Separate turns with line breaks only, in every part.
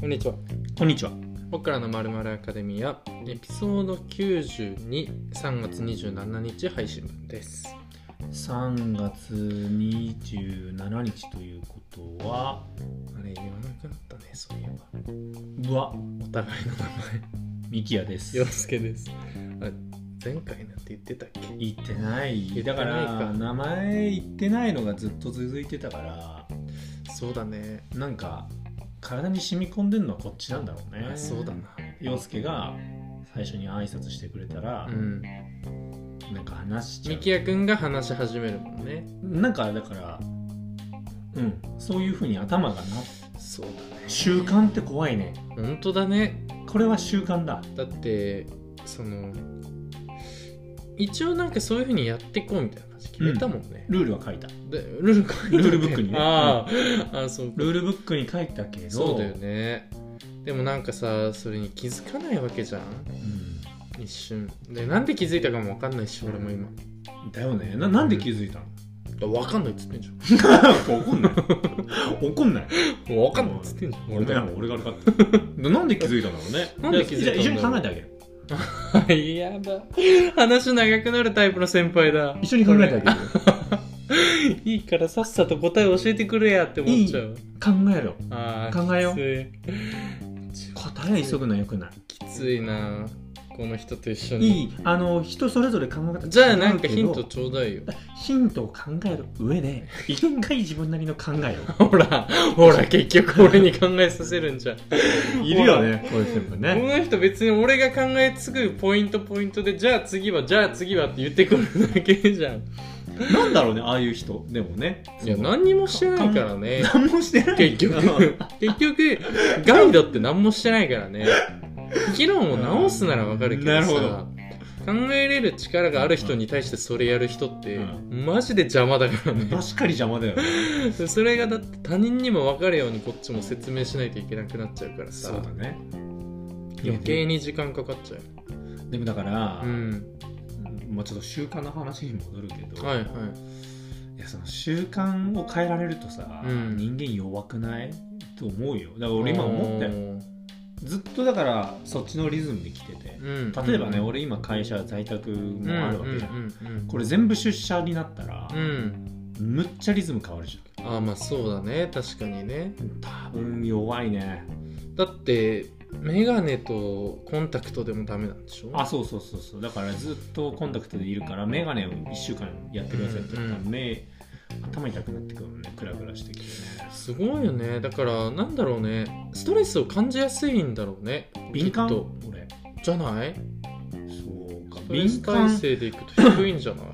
こんにちは
こんにちは。
僕らのまるまるアカデミアエピソード923月27日配信分です
3月27日ということは、
あれ言わなくなったねそういえば
うわ、
お互いの名
ミキヤです
前。洋介ですあ前回なんて言ってたっけ
言ってない。
言
だ
って
か、
ないから
名前言ってないのがずっと続いてたから、
そうだね
なんか、体に染み込んでんのはこっちなんだろうね。
あそうだ。な
洋介が最初に挨拶してくれたら
う、ん
なんか話しちゃ
みきやくんが話し始めるもんね
う。なんか、だから、うん、そういうふうに頭がな、
そうだね
習慣って怖いね。
本当だね
これは習慣だ。
だってその一応なんかそういうふうにやっていこうみたいな話決めたもんね、
ルールは書いた。
でルール書いてあって
ルールブックにね
あああそう
ルールブックに書いたけど、
そうだよねでもなんかさそれに気づかないわけじゃん
う
一瞬でなんで気づいたかもわかんないし俺も今
んだよねななんで気づいたの
だわかんないっつってんじ
怒んない怒んない
ゃんわかんないっつってんじゃん
俺
だ
が俺が悪かったななんで気づいたんだろうね
なんで気づいたんだろう
じゃあ一緒に考えてあげる
やだ話長くなるタイプの先輩だ
一緒に考えてあげる
いいからさっさと答え教えてくれやって思っちゃう
考えろ
あー
考えよう
きつい
答え急ぐのはよくない
きついなこの人と一緒に
いいあの人それぞれ考え方
じゃあなんかヒン
違
ト
うけ
ちょうだいよ
どヒントを考える上で一回自分なりの考え
ほらほら結局俺に考えさせるんじゃん
を
いるよね
こういう
こ
人も
の人別に俺が考えつくポイントポイントでじゃあ次はじゃあ次はって言ってくるだけじゃん
なんだろうねああいう人でもね
いや何にもしてないからね
何もしてない
結局 結局ガイドって何もしてないからね議論を直すならわかるけどさ
なるほど
考えれる力がある人に対してそれやる人って、
う
マジで邪魔だから ね
確かに邪魔だよね
それがだって他人にも分かるようにこっちも説明しないといけなくなっちゃうからさ
そうだね
余計に時間かかっちゃ
でもだから、
ううん
まあ、ちょっと習慣の話に戻るけど、
はいはい
いやその習慣を変えられるとさ、
うん
人間弱くないと思うよだから俺今思ったよ
よ
ずっとだからそっちのリズムで来てて
うん
例えばね、
うん
俺今会社在宅
うん
もあるわけじゃん、
うんうんうん
これ全部出社になったら
う、ん
むっちゃリズム変わるじ
ああまあそうだね確かにね
ゃん多分弱いね
だってメガネとコンタクトでもダメなんでしょ
あそうそうそうそうだからずっとコンタクトでいるから眼鏡を1週間やってくださいって言ったら、
うんうん
目頭痛くなってくるのねクラクラしてきてね
すごいよねだからなんだろうねストレスを感じやすいんだろうね
敏感
きっと
俺
じゃない
そうか
ストレス
敏
耐
感
性でいくと低いんじゃ ない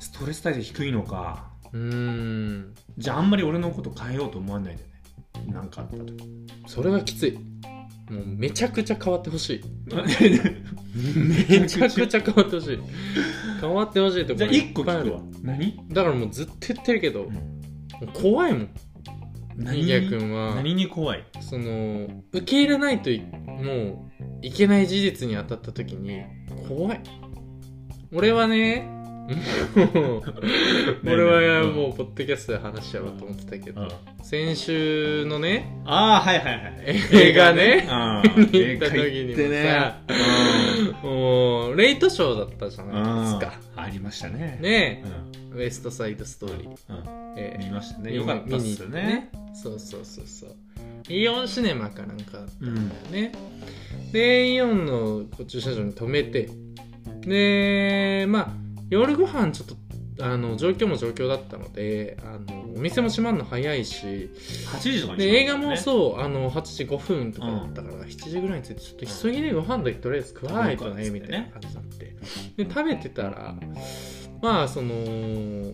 ストレス耐性低いのか
うーん
じゃああんまり俺のこと変えようと思わないでねなんかあった 時
それはきついもうめちゃくちゃ変わってほしいめ
め
ちゃくちゃ変わってほしい変わってほしいとこ
じゃあ1
い
個
っぱいあ
聞
る
くわ何
だからもうずっと言ってるけど、
うん
もう怖いもん
何
ニギャ君は
何に怖い
その受け入れないといもういけない事実に当たった時に怖い俺は ねもう
何
俺は
うん
もうポッドキャストで話し合おうと思ってたけど、
あ
先週の ね
あはいはいはい
映画ね行っ
あ
た時にもさ
うん
もうレイトショーだったじゃないですか
ありましたね
ね
うん
えウエストサイドストーリー、
うん
え
見
え
ましたね
見
よかったっ
見に行
すよ
って
ね
そうそうそうそうイオンシネマかなんか
うん
ねでイオンのこう駐車場に止めてでまあ夜ご飯ちょっとあの状況も状況だったのであのお店も閉まるの早いし
8時とかに
で映画も
う
そうあの8時5分とかだったから、7時ぐらいについてちょっと急ぎでご飯だけとりあえず食わないとね
うん
みたいな感じになってで食べてたらまあその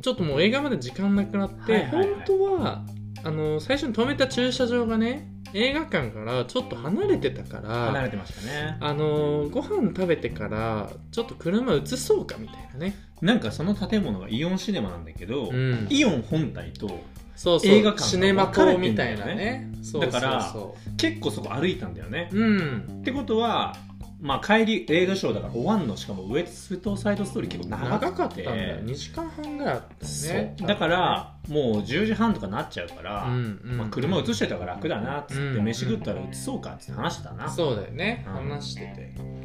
ちょっともう映画まで時間なくなって、
はいはいはい
本当はあの最初に止めた駐車場がね映画館からちょっと離れてたか
離
ら
れてましたね
あのご飯食べてからちょっと車移そうかみたいなね、
なんかその建物がイオンシネマなんだけど
うん、
イオン本体と
そうそう
映画館が
シネマ島みたいなねそうそうそう
だから結構そこ歩いたんだよね、
うん
ってことはまあ帰り映画ショーだからおわんのしかもウエストサイドストーリー結構長くて
長かったんだよ2時間半ぐらいあった
そう
ね
だからもう10時半とかなっちゃうから、
うんうん
まあ、車移してたから楽だなっつって、
うん
飯食ったら移そうかっつって話してたな
そうだよね、
うん
話して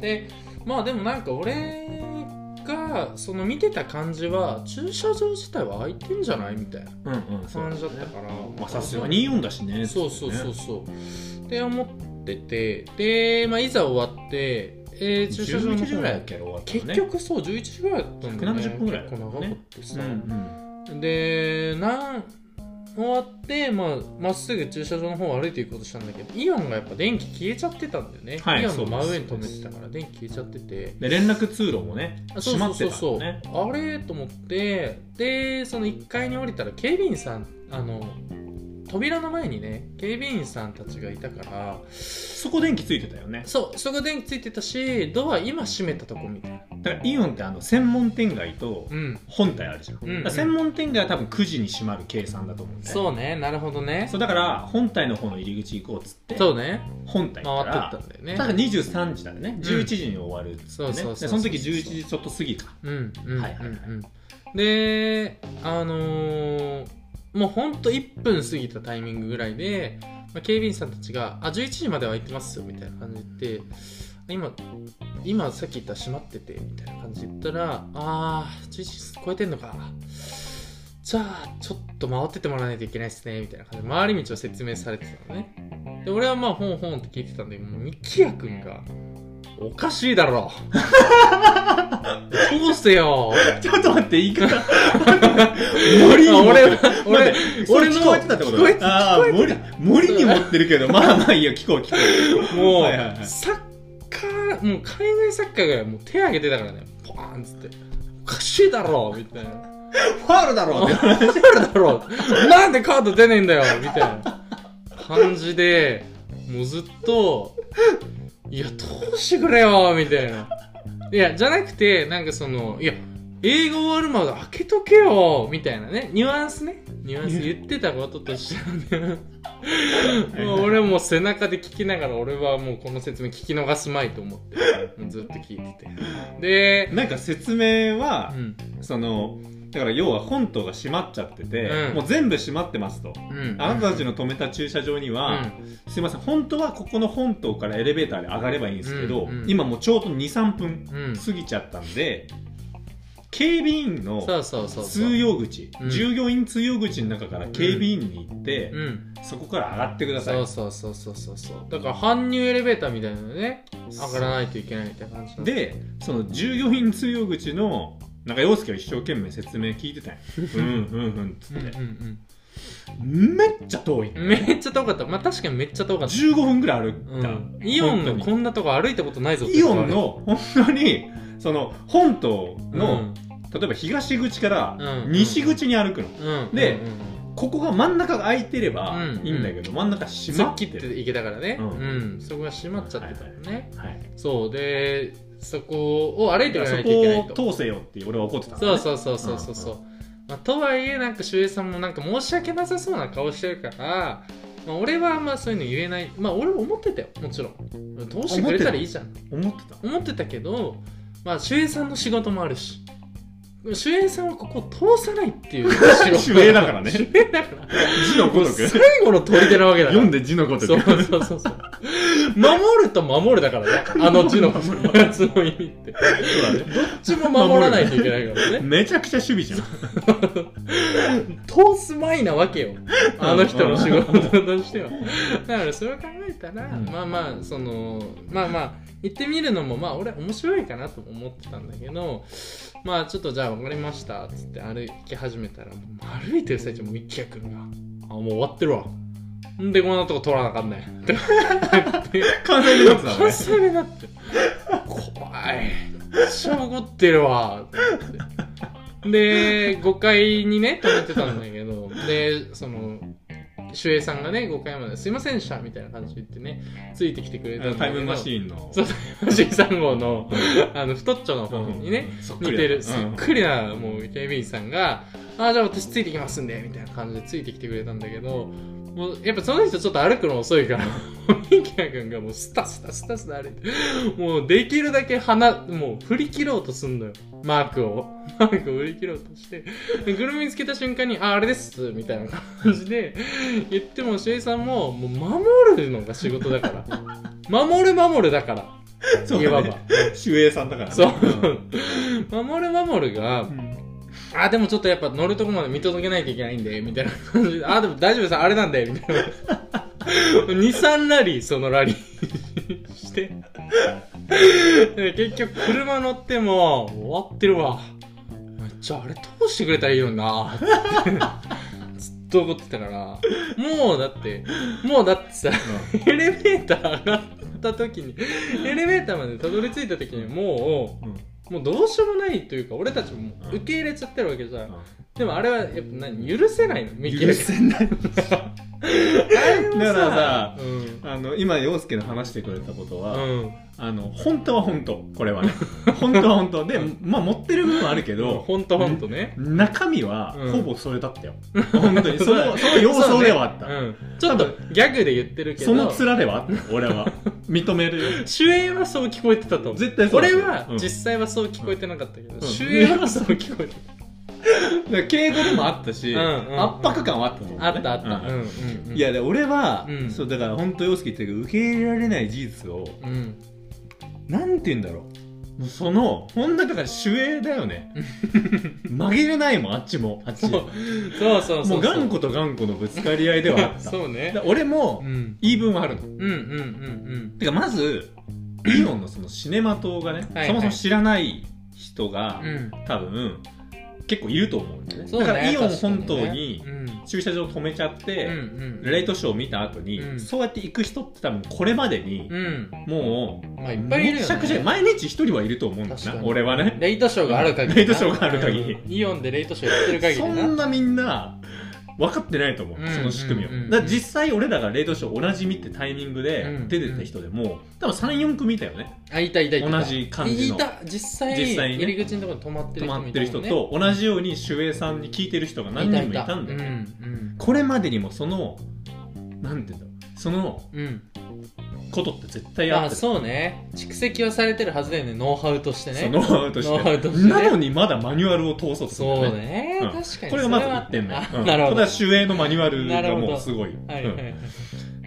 てでまあでもなんか俺がその見てた感じは駐車場自体は空いてんじゃないみたいな
うんうんそう
感じだったから
まあさすが24だしね
そうそうそう
つっ
そうって思っててで、まあ、いざ終わって、えー
てね
駐車場の
11
方
時ぐらいだっけ終わったの
結
ね
局そう11時ぐらいだったんだよね
170分ぐらいだった
結
も
構
んね
長かったさ、
うん
でなん終わってまあ、まっすぐ駐車場の方を歩いていこうとしたんだけどイオンがやっぱ電気消えちゃってたんだよね、
はい
イオンの真
そう
上
で
に
す
止めてたから電気消えちゃってて
で連絡通路もね
あそうそ
閉ま
う
って
そう
たの
そう、
ね
あれと思ってでその1階に降りたら警備員さんあの扉の前にね警備員さんたちがいたから
そこ電気ついてたよね
そうそこ電気ついてたしドア今閉めたとこみたいな
だからイオンってあの専門店街と
うん
本体あるじゃん、
うんうん
だから専門店街は多分9時に閉まる計算だと思うんだよね
そうねなるほどね
そうだから本体の方の入り口行こうっつって
そうね
本体
回っ
行ってた
っ
ら
たんだよね
ただ23時だよね11時に終わるっつって
そうそ
ね、
うそうそう
でその時11時ちょっと 過ぎか
うんうん
はいはいはい
うんうんであのーもうほんと1分過ぎたタイミングぐらいで、まあ、警備員さんたちが「あ11時までは行ってますよ」みたいな感じで言って今今さっき言ったら閉まっててみたいな感じで言ったら「あー11時超えてんのか」じゃあちょっと回ってってもらわないといけないですねみたいな感じで回り道を説明されてたのねで俺はまあほんほんって聞いてたんでもうミキヤ君が「おかしいだろどうしてよ」
ちょっと待って言い方 森に
あ
持って
俺
る
は俺俺
俺
の
聞こえてたってこと
聞こえて
ああ森森に持って るけどまあまあいいよ聞こう聞こう
もう、
はいはいはい
サッカーもう海外サッカーがもう手挙げてたからねポーンっつって「おかしいだろ」みたいな
ファールだろうって
あるだろうなんでカード出ねえんだよみたいな感じでもうずっと「いやどうしてくれよ」みたいな。いやじゃなくてなんかその「いや映画終わるまで開けとけよ」みたいなねニュアンスねニュアンス言ってたこととしてはねもう俺もう背中で聞きながら俺はもうこの説明聞き逃すまいと思ってもうずっと聞いててで、
なんか説明は
う、ん
そのだから要は本島が閉まっちゃってて、
うん
もう全部閉まってますと、
うん、
あなたたちの止めた駐車場には、すいません本当はここの本島からエレベーターで上がればいいんですけど、
うんうん
今もうちょうど23分
うん、うん、
過ぎちゃったんで警備員の
そうそうそうそう
通用口
うん
従業員通用口の中から警備員に行って、
うん、
そこから上がってください
そうそうそうそうそうそうだから搬入エレベーターみたいなのね上がらないといけないみたいな感じなんだ
でその従業員通用口のなんか陽介は一生懸命説明聞い てたんやうんうんうんっつ
うん
って、
うん
めっちゃ遠い
うんめっちゃ遠かったまあ確かにめっちゃ遠かった、
15分ぐらい歩いた、
うん、イオン
本
の
当
こんなとこ歩いたことないぞっ
に
て
イオンの本当にその本島の、
の
例えば東口から
うん
西口に歩くの、
うん
で
うんうん
ここが真ん中が空いてれば
うん
いいんだけど、真ん中閉
突
ま
っ
っ
切
て
って
る、
いけたからね、う
うんん
そこが閉まっちゃってたのね、
はい、
そうでそこを歩いていか
そ
ないといけないと
こを通せよって俺は怒ってたのね
そうそうそうそうそうそう、
う
まあ、とはいえなんか秀平さんもなんか申し訳なさそうな顔してるから、まあ、俺はあんまそういうの言えないまあ俺は思ってたよもちろんどうしてくれたらいいじゃん
思ってた
思ってたけどまあ秀平さんの仕事もあるし秀平さんはここを通さないって いう
主演だからね
主演だから
字のごとく
最後の砦なわけだから
読んで字のごと
そう
く
そうそうそう守ると守るだからねあの 字のやつの意味ってどっちも守らないといけないからね
めちゃくちゃ守備じゃん
通すまいなわけよあの人の仕事としてはだからそれを考えたら、
うん
まあまあそのまあまあ行ってみるのもまあ俺面白いかなとも思ってたんだけどまあちょっとじゃあ分かりましたっつって歩き始めたらもう歩いてる最中もう一輝くんが「あもう終わってるわ」んでこんなとこ通らなあかんねんって
完全にやつだ
関
ね
西弁だって怖いめっちゃ怒ってるわと思ってで5階にね止めてたんだけどでその守衛さんがね5階まですいませんでしたみたいな感じで言ってねついてきてくれ
あ
たんだ
のタ
け
イ
ど
ムマシーンの
そうマシン3号のあの太っちょの方
うん
にね
そっく
似
りだ
てる
う
そっ
ん
くりなもう警備員さんが「ああじゃあ私ついてきますんで」みたいな感じでついてきてくれたんだけどもうやっぱその人ちょっと歩くの遅いから ミキヤ君がもうスタスタスタスタ歩いてもうできるだけ鼻もう振り切ろうとすんのよマークをマークを振り切ろうとしてでぐるみつけた瞬間に「あああれです」みたいな感じで言ってもしえさんももう守るのが仕事だから 守る守るだから
そう
いわ
だ
ば
ね。守衛さんだからね
そう
うん。
守る守るがあでもちょっとやっぱ乗るとこまで見届けないといけないんでみたいな感じであでも大丈夫ですあれなんでみたいな23ラリーそのラリーしてで結局車乗っても終わってるわめっちゃあれ通してくれたらいいのになずっと怒ってたからもうだってもうだってさエレベーター上がった時にエレベーターまでたどり着いた時にも
うん
うもうどうしようもないというか俺たちももう受け入れちゃってるわけじゃんでもあれはやっぱ何許せないのミキ
許せな
あ
い。
れは
だからさ
うん
あの、今、洋介の話してくれたことは、
うん
あの、本当は本当。これはね。 本当は本当。で、まあ、持ってる部分はあるけど、
ほんとほんとね
中身は
うん
ほぼそれだったよ。本当に。その、その様
そう
相
ね
ではあった。
うんちょっとギャグで言ってるけど
その面ではあったよ俺は。認めるよ。
主演はそう聞こえてたと思う
絶対そうだ
俺
よ
は
うん
実際はそう聞こえてなかったけど、
ん
主演はそう聞こえて
だから敬語でもあったし、
うんうんうん
圧迫感はあったと思うね
たあったあった、
うん
うんうんうん
いやで俺は、
うん
そうだから本当洋介言ってるけど受け入れられない事実を
うん
なんて言うんだろうもうその本当だから守衛だ よね曲げれないもんあっちもあっ
そ
ち
うそうそうそう
もう頑固と頑固のぶつかり合いではあった
そうね
だから俺も、
うん
言い分はあるの
うんうんうん
てかまずイオンのそのシネマ島がね、
はいはい
そもそも知らない人が、
うんうん
多分結構いると思うんだよね
そう
だ
ね
からイオン本
確か
島
ね
に
うん
駐車場止めちゃって、
うんうん
レイトショーを見た後に、
うん
そうやって行く人って多分これまでに、
うん
もう、
まあいっぱいいるよね
めちゃくちゃ毎日一人はいると思うんだ
確か
な
に
俺はね
レイトショーがある限りな
レイトショーがある限り
うんイオンでレイトショーやってる限り
そ
なん
なみんな分かってないと思う、
うん
その仕組みを、
うん
だから実際俺らがレイトショー同じ見ってタイミング
う
で
ん
出てた人でも多分34組いたよね
あいたいたいた
同じ感じの
いた実際
実際にね
入り口のところに泊まって
止
る人
ま
も
っ
い
て
た
る
も
人
んね
と同じように守衛さんに聞いてる人が何人もいたんだよね
うん
これまでにもそのなんて言うんだろうその
うんうん
ことって絶対あ
あ
ってた
そうね蓄積はされてるはずだよねノウハウとして
そ
ね
のノウハウとして
ノウハウとしてね
なのにまだマニュアルを通そうとするんだ
そ
よ
うね、
うん
確かに
これがまず1点目、
あ
うん
なるほ
こ
ど
れ
は
は守衛のマニュアルが
なるほ
も
ど
うすごい、うん
いはいはい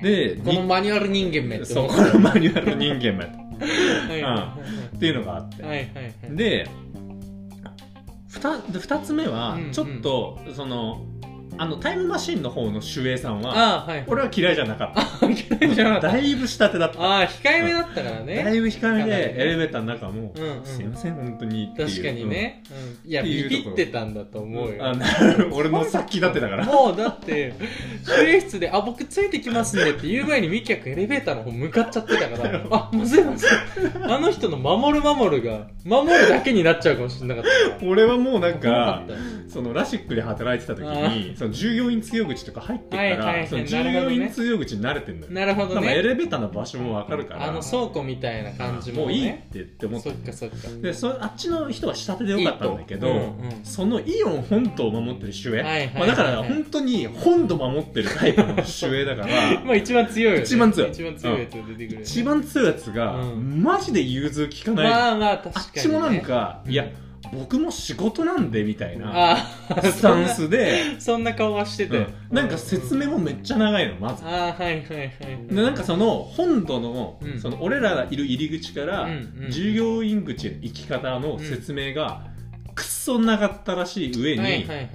で
このマニュアル人間め
に
って
そう
思
こ
う
のマニュアル人間もやったっ
はいはい
ていうのがあって、
はいはいはい
で 2, つ目は
うんうん
ちょっと、そのあのタイムマシンの方の守衛さんは
ああはい
俺は嫌いじゃなかった
嫌いじゃなかった
だいぶ下手だった
ああ控えめだったから
だ
ね
いぶ控え
かな
で
りね
エレベーターの中も、
うんうん
すいません本当にっていう
確かにね、うんいや
っていう
ビ
とこ
ビってたんだと思う
あ
よ
なる俺のさっきだってだから
もうだって守衛室で「あ僕ついてきますね」って言う前にミキヤ君エレベーターの方向かっちゃってたから あまずいまずいあの人の「守る守る」が守るだけになっちゃうかもしれなかったから
俺はもうなん
怖
か
かった
そのラシックで働いてた時にその従業員通用口とか入ってっから、
はいはいはい
その従
なるほ
業
どね
員通用口に慣れてんのよ、
なるほ
で
ど
もエ
ね
レベーターの場所もわかるから
あの倉庫みたいな感じも,、ね、
ういいってって思っ
そ
て
っかそっか
でそあっちの人は下手でよかったんだけど
いいとうんうん
そのイオン本島を守ってる守衛、
はいはいはい
まあ、だから本当に本土守ってるタイプの守衛だから
まあ一番強いよ、ね、
一番強い
一番強いやつが出てくるよね、
一番強いやつが、
うん
マジで融通きかない、
まあまあ
あっ
確か
ち
に、ね、
もなんか、いや僕も仕事なんでみたいな
ああ
スタンスで。
そんな顔はしてて、
うんなんか説明もめっちゃ長いのまず、
ああはいはいはい
でなんかその本土の,、
うん
その俺らがいる入り口から、
うんうん
従業員口への行き方の説明が、くっそ長かったらしい上に、
はいはいはいはい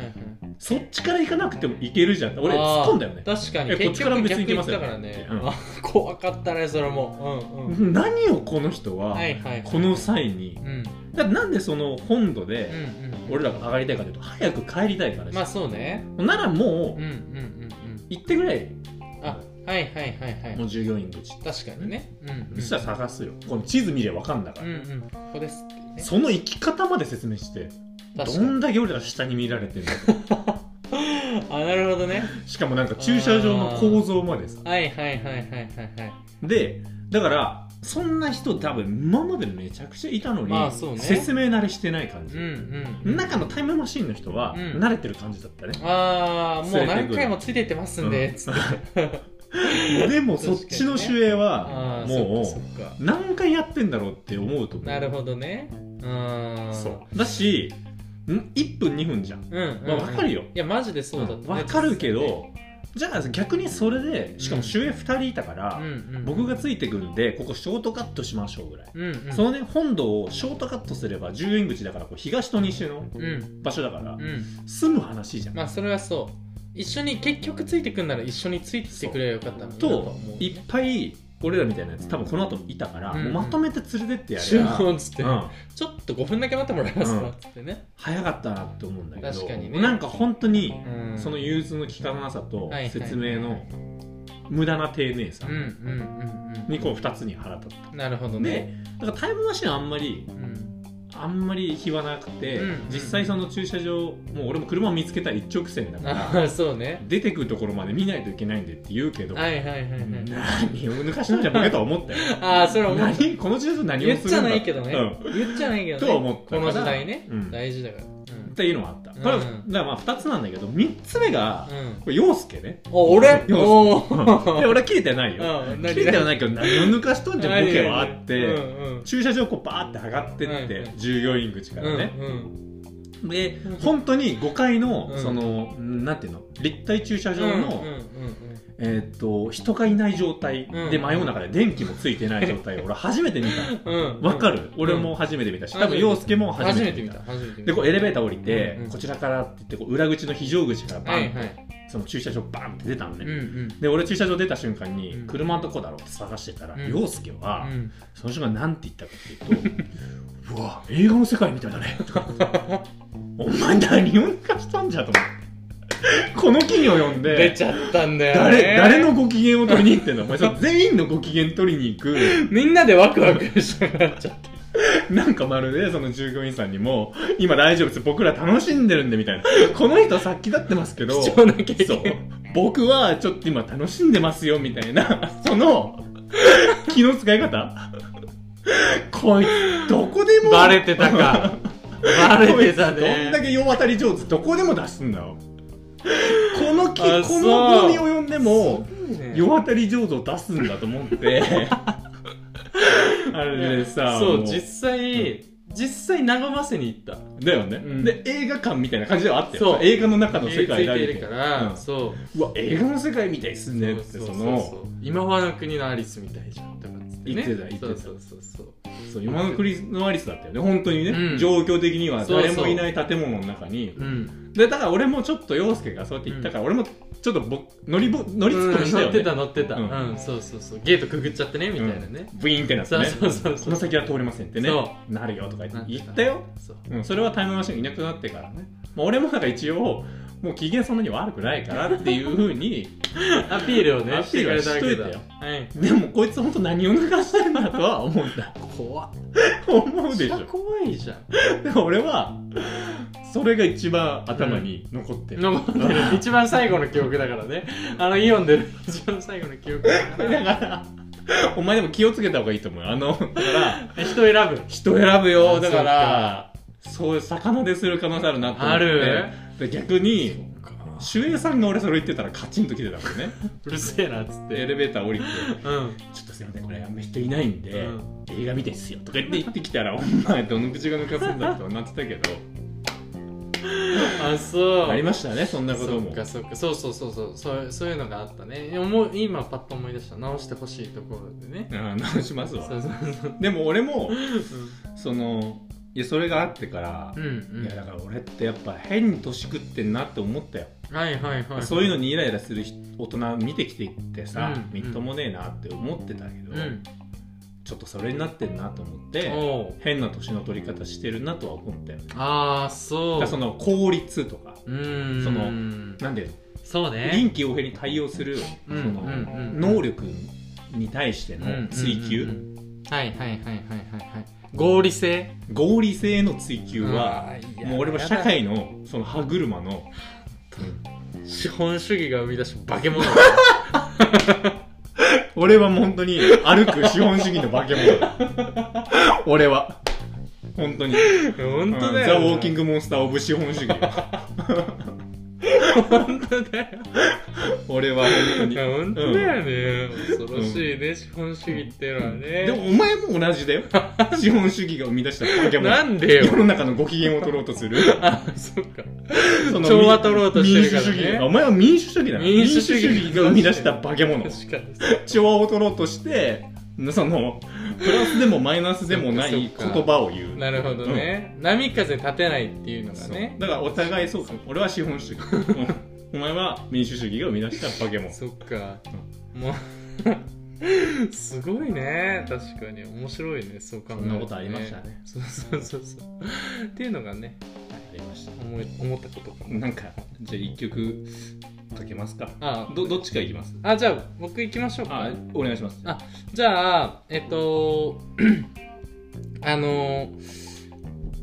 そっちから行かなくても行けるじゃん俺突
あー
っ込んだよね
確かに
えこっ
結
ちから
局
も別
逆
に行け
行
ま
っ
すよ
たからね、
うん
あ 怖かったねそれもうんうん
何をこの人は、
はいはい
この際に
うんうん
だってなんでその本土
う
で
ん
俺らが上がりたいかというと早く帰りたいからし
まあそうね
ならも
うん
う
うんうん
行ってくれ、
うんあはいはいはいはい
もう従業員口
確かにねうんうん
そしたら探すよこの地図見れば分かんだから
うん、うんここですってね
その行き方まで説明して
確
ど
かに
んだけ俺ら下に見られてるんだと
あなるほどね
しかもなんか駐車場の構造までさ
はいはいはいはいはいはい
でだからそんな人多分今までめちゃくちゃいたのに、
まあそうね
説明慣れしてない感
う
じ、
んうん
中のタイムマシンの人は
うん
慣れてる感じ だったね、
ああもう何回もついてってますんでつって
でもそっちの主演は
あー
も
そっ
う
かそっか
何回やってんだろうって思うと思う
なるほどねうん
そうだしん1分2分じゃん、
うんうん
まあ、分かるよ、
いやマジでそうだった
分かるけどじゃあ逆にそれでしかも主演2人いたから、
うんうん
僕がついてくるんでここショートカットしましょうぐらい、
うんうん
そのね本堂をショートカットすれば十円口だからこう東と西の
うん
場所だから、
うん
住む話じゃん、
まあそれはそう一緒に結局ついてくんなら一緒についてきてくれればよかったのになは
と
思う
いっぱい俺らみたいなやつ多分この後もいたから、
うん
もうまとめて連れてってやれ
集
ば、
合っつって、
うん
ちょっと5分だけ待ってもらえますか
うん
っつってね、
早かったなって思うんだけど
確かにね
なんか本当に
うん
その融通の利かなさと
はいはい
説明の無駄な丁寧さ
うんうんうん
にこう2つに腹立った。
うんなるほど
で
ね
だからタイムマシンはあんまり
うん
あんまり日はなくて、
うん
実際その駐車場もう俺も車見つけたら一直線だか
あ
ら
あそうね
出てくるところまで見ないといけないんでって言うけど、
はいはいはいはい、
何を抜かしなんじゃボケとは思ったよ
ああそれは思う
何この駐車場何
言
を
っ
するんだ
ちゃないけどね、
うん
言っちゃないけどね
とは思ったか
こ
ら
の時代ね、
うん
大事だから
っていうのもあった、
うん
これはだからまあ2つなんだけど3つ目が、
うん、うん、
これ陽介ね
お俺
陽介
おお
うんで俺は切れてないよ
うん
切れてはないけど何を抜かしとんじゃんボケはあって、
うんうん
駐車場こうバーって上がってって、
はいはい
従業員口からね、
うんうん
で本当に5階の、
うん
そのなんていうの立体駐車場
う
の、
んうんうん
えーっと人がいない状態で、
うん
真夜中で電気もついてない状態を俺初めて見た
うんうん
わかる、俺も初めて見たし多分陽介も初
初
め
め
て
て
見
見
た
た初めて見
で
た
こうエレベーター降りて、
うんうん
こちらからって言ってこう裏口の非常口からバン
は
って、
いはい
その駐車場バンって出たのね、
うんうん
で俺駐車場出た瞬間に、
うん
車のとこだろうって探してたら、
うん
陽介は、
うん
その瞬間なんて言ったかっていうとうわ映画の世界みたいだねとか お前何を抜かしたんじゃと思ってこの企業呼ん
出
で
ちゃったんだよね
誰誰のご機嫌を取りに行ってんだお前それ全員のご機嫌取りに行く
みんなでワクワクしたくなっちゃっ
なんかまるでその従業員さんにも今大丈夫です僕ら楽しんでるんでみたいなこの人さっきだってますけど
貴重な経験
そう僕はちょっと今楽しんでますよみたいなその気の使い方こいつどこで
た
も
バレてたかバレてた
こいつどんだ
ね
け世渡り上手どこでも出すんだよこのきこ
あ
の
そう
棒に及んでも世渡り上手を出すんだと思って あれでさ
そう
も
実際実際和ませに行った
だよね、
うん
で映画館みたいな感じではあった
そう
よ映画の中の世界
つ
だ
い
け
てるから、
うん
そう
うわ映画の世界みたいっすねって
そう
そ
そうそう
の
そう今和の国のアリスみたいじゃんとかっつって、ね、
言ってた言ってた
そうそうそうそう
そう今のクリスのアリスだったよね本当にね、
うん
状況的には
そうそう
誰もいない建物の中に
うん
でだから俺もちょっと陽介がそうやって言ったから、俺もちょっとぼ乗りぼ乗りつっこみした
乗
よ
っ
ね、
てた乗ってた、
う
うんんそうそうそうゲートくぐっちゃってねみたいなね、
ブイーンってなって
そう
ね
そうそうそう
この先は通れませんってね
そ
なるよとか言って
な
言ったよ、
そう
うん、それはタイムマシンがいなくなってからね、まあ、俺もなんか一応もう機嫌そんなに悪くないからっていうふうに
アピールをね
アピールはし
して
といたよ
くれたわけだはい
でもこいつ本当何を抜かしてんだとは思うんだ
怖っ
思うでし
めっちゃ
ょ
怖いじゃん
でも俺はそれが一番頭に残ってる、
残ってる一番最後の記憶だから ねあのイオンでの一番最後の記憶だか
だ
ら
からお前でも気をつけた方がいいと思うよあのだから
人選ぶ
人選ぶよ
あ
だからそういう魚でする可能性あるなと思って
ある
で逆に守衛さんが俺それ言ってたらカチンと来てたもんね
うるせえなっつっ
でエ
て
レベーター降りて
うん
「ちょっとすいませんこれあんま人いないんで、
うん
映画見てっすよ」とか言って行ってきたら「お前どの口が抜かすんだ」とかなってた けど
あそう
ありましたねそんなこ
そ
と
う
も
かそうかそうそうそうそうそうそういうのがあったね思う今パッと思い出した直してほしいところでね
うん直します
そ
わ
うそうそう
でも俺もそのいやそれがあってから
う、んうん
いやだから俺ってやっぱ変に年食ってんなって思ったよ
はいはいはい
そういうのにイライラする人大人見てきてってさ、
うん
みっともねえなって思ってたけど、
うん
ちょっとそれになってんなと思って
おう
変な年の取り方してるなとは思ったよねだ
ああそ
から
う
その効率とか
うん
そのなんで
そうね
臨機応変に対応する、
うん
その
うんうん
能力に対しての追求、
うんうんうんうんはいはいはいはいはいはい合理性
合理性の追求は
うんいや
もう俺は社会のその歯車の
資本主義が生み出した化け 物
俺はもう本当に歩く資本主義の化け物 だ俺は本当に
本当だ
ザ・
よ、
ウォーキング・モンスター・オブ資本主義
本当だよ
俺は本当に
本当だよね、恐ろしいね資本主義っていうのはね
でもお前も同 じだよ資本主義が生み出した化け物
なんでよ
世の中のご機嫌を取ろうとする
あそっか
そ の
調和取ろうとしてるからね
民主主義お前は民主主義だな
民主主義
民主主義が生み出した化け物
確かに
調和を取ろうとしてそのプラスでもマイナスでもない言葉を言う
なるほどね、波風立てないっていうのが
そう
ね
だからお互いそうそう俺は資 本主義お前は民主主義が生み出した化け物
そっか、もう すごいね確かに面白いねそう考えると、ね、
そんなことありましたね
そうそうそうそうっていうのがね
ありました
思い思ったことかも
なんかじゃあ一曲かけますか
あ
どどっちからいきます
あじゃあ僕行きましょうか
あお願いします
あじゃあえっと あの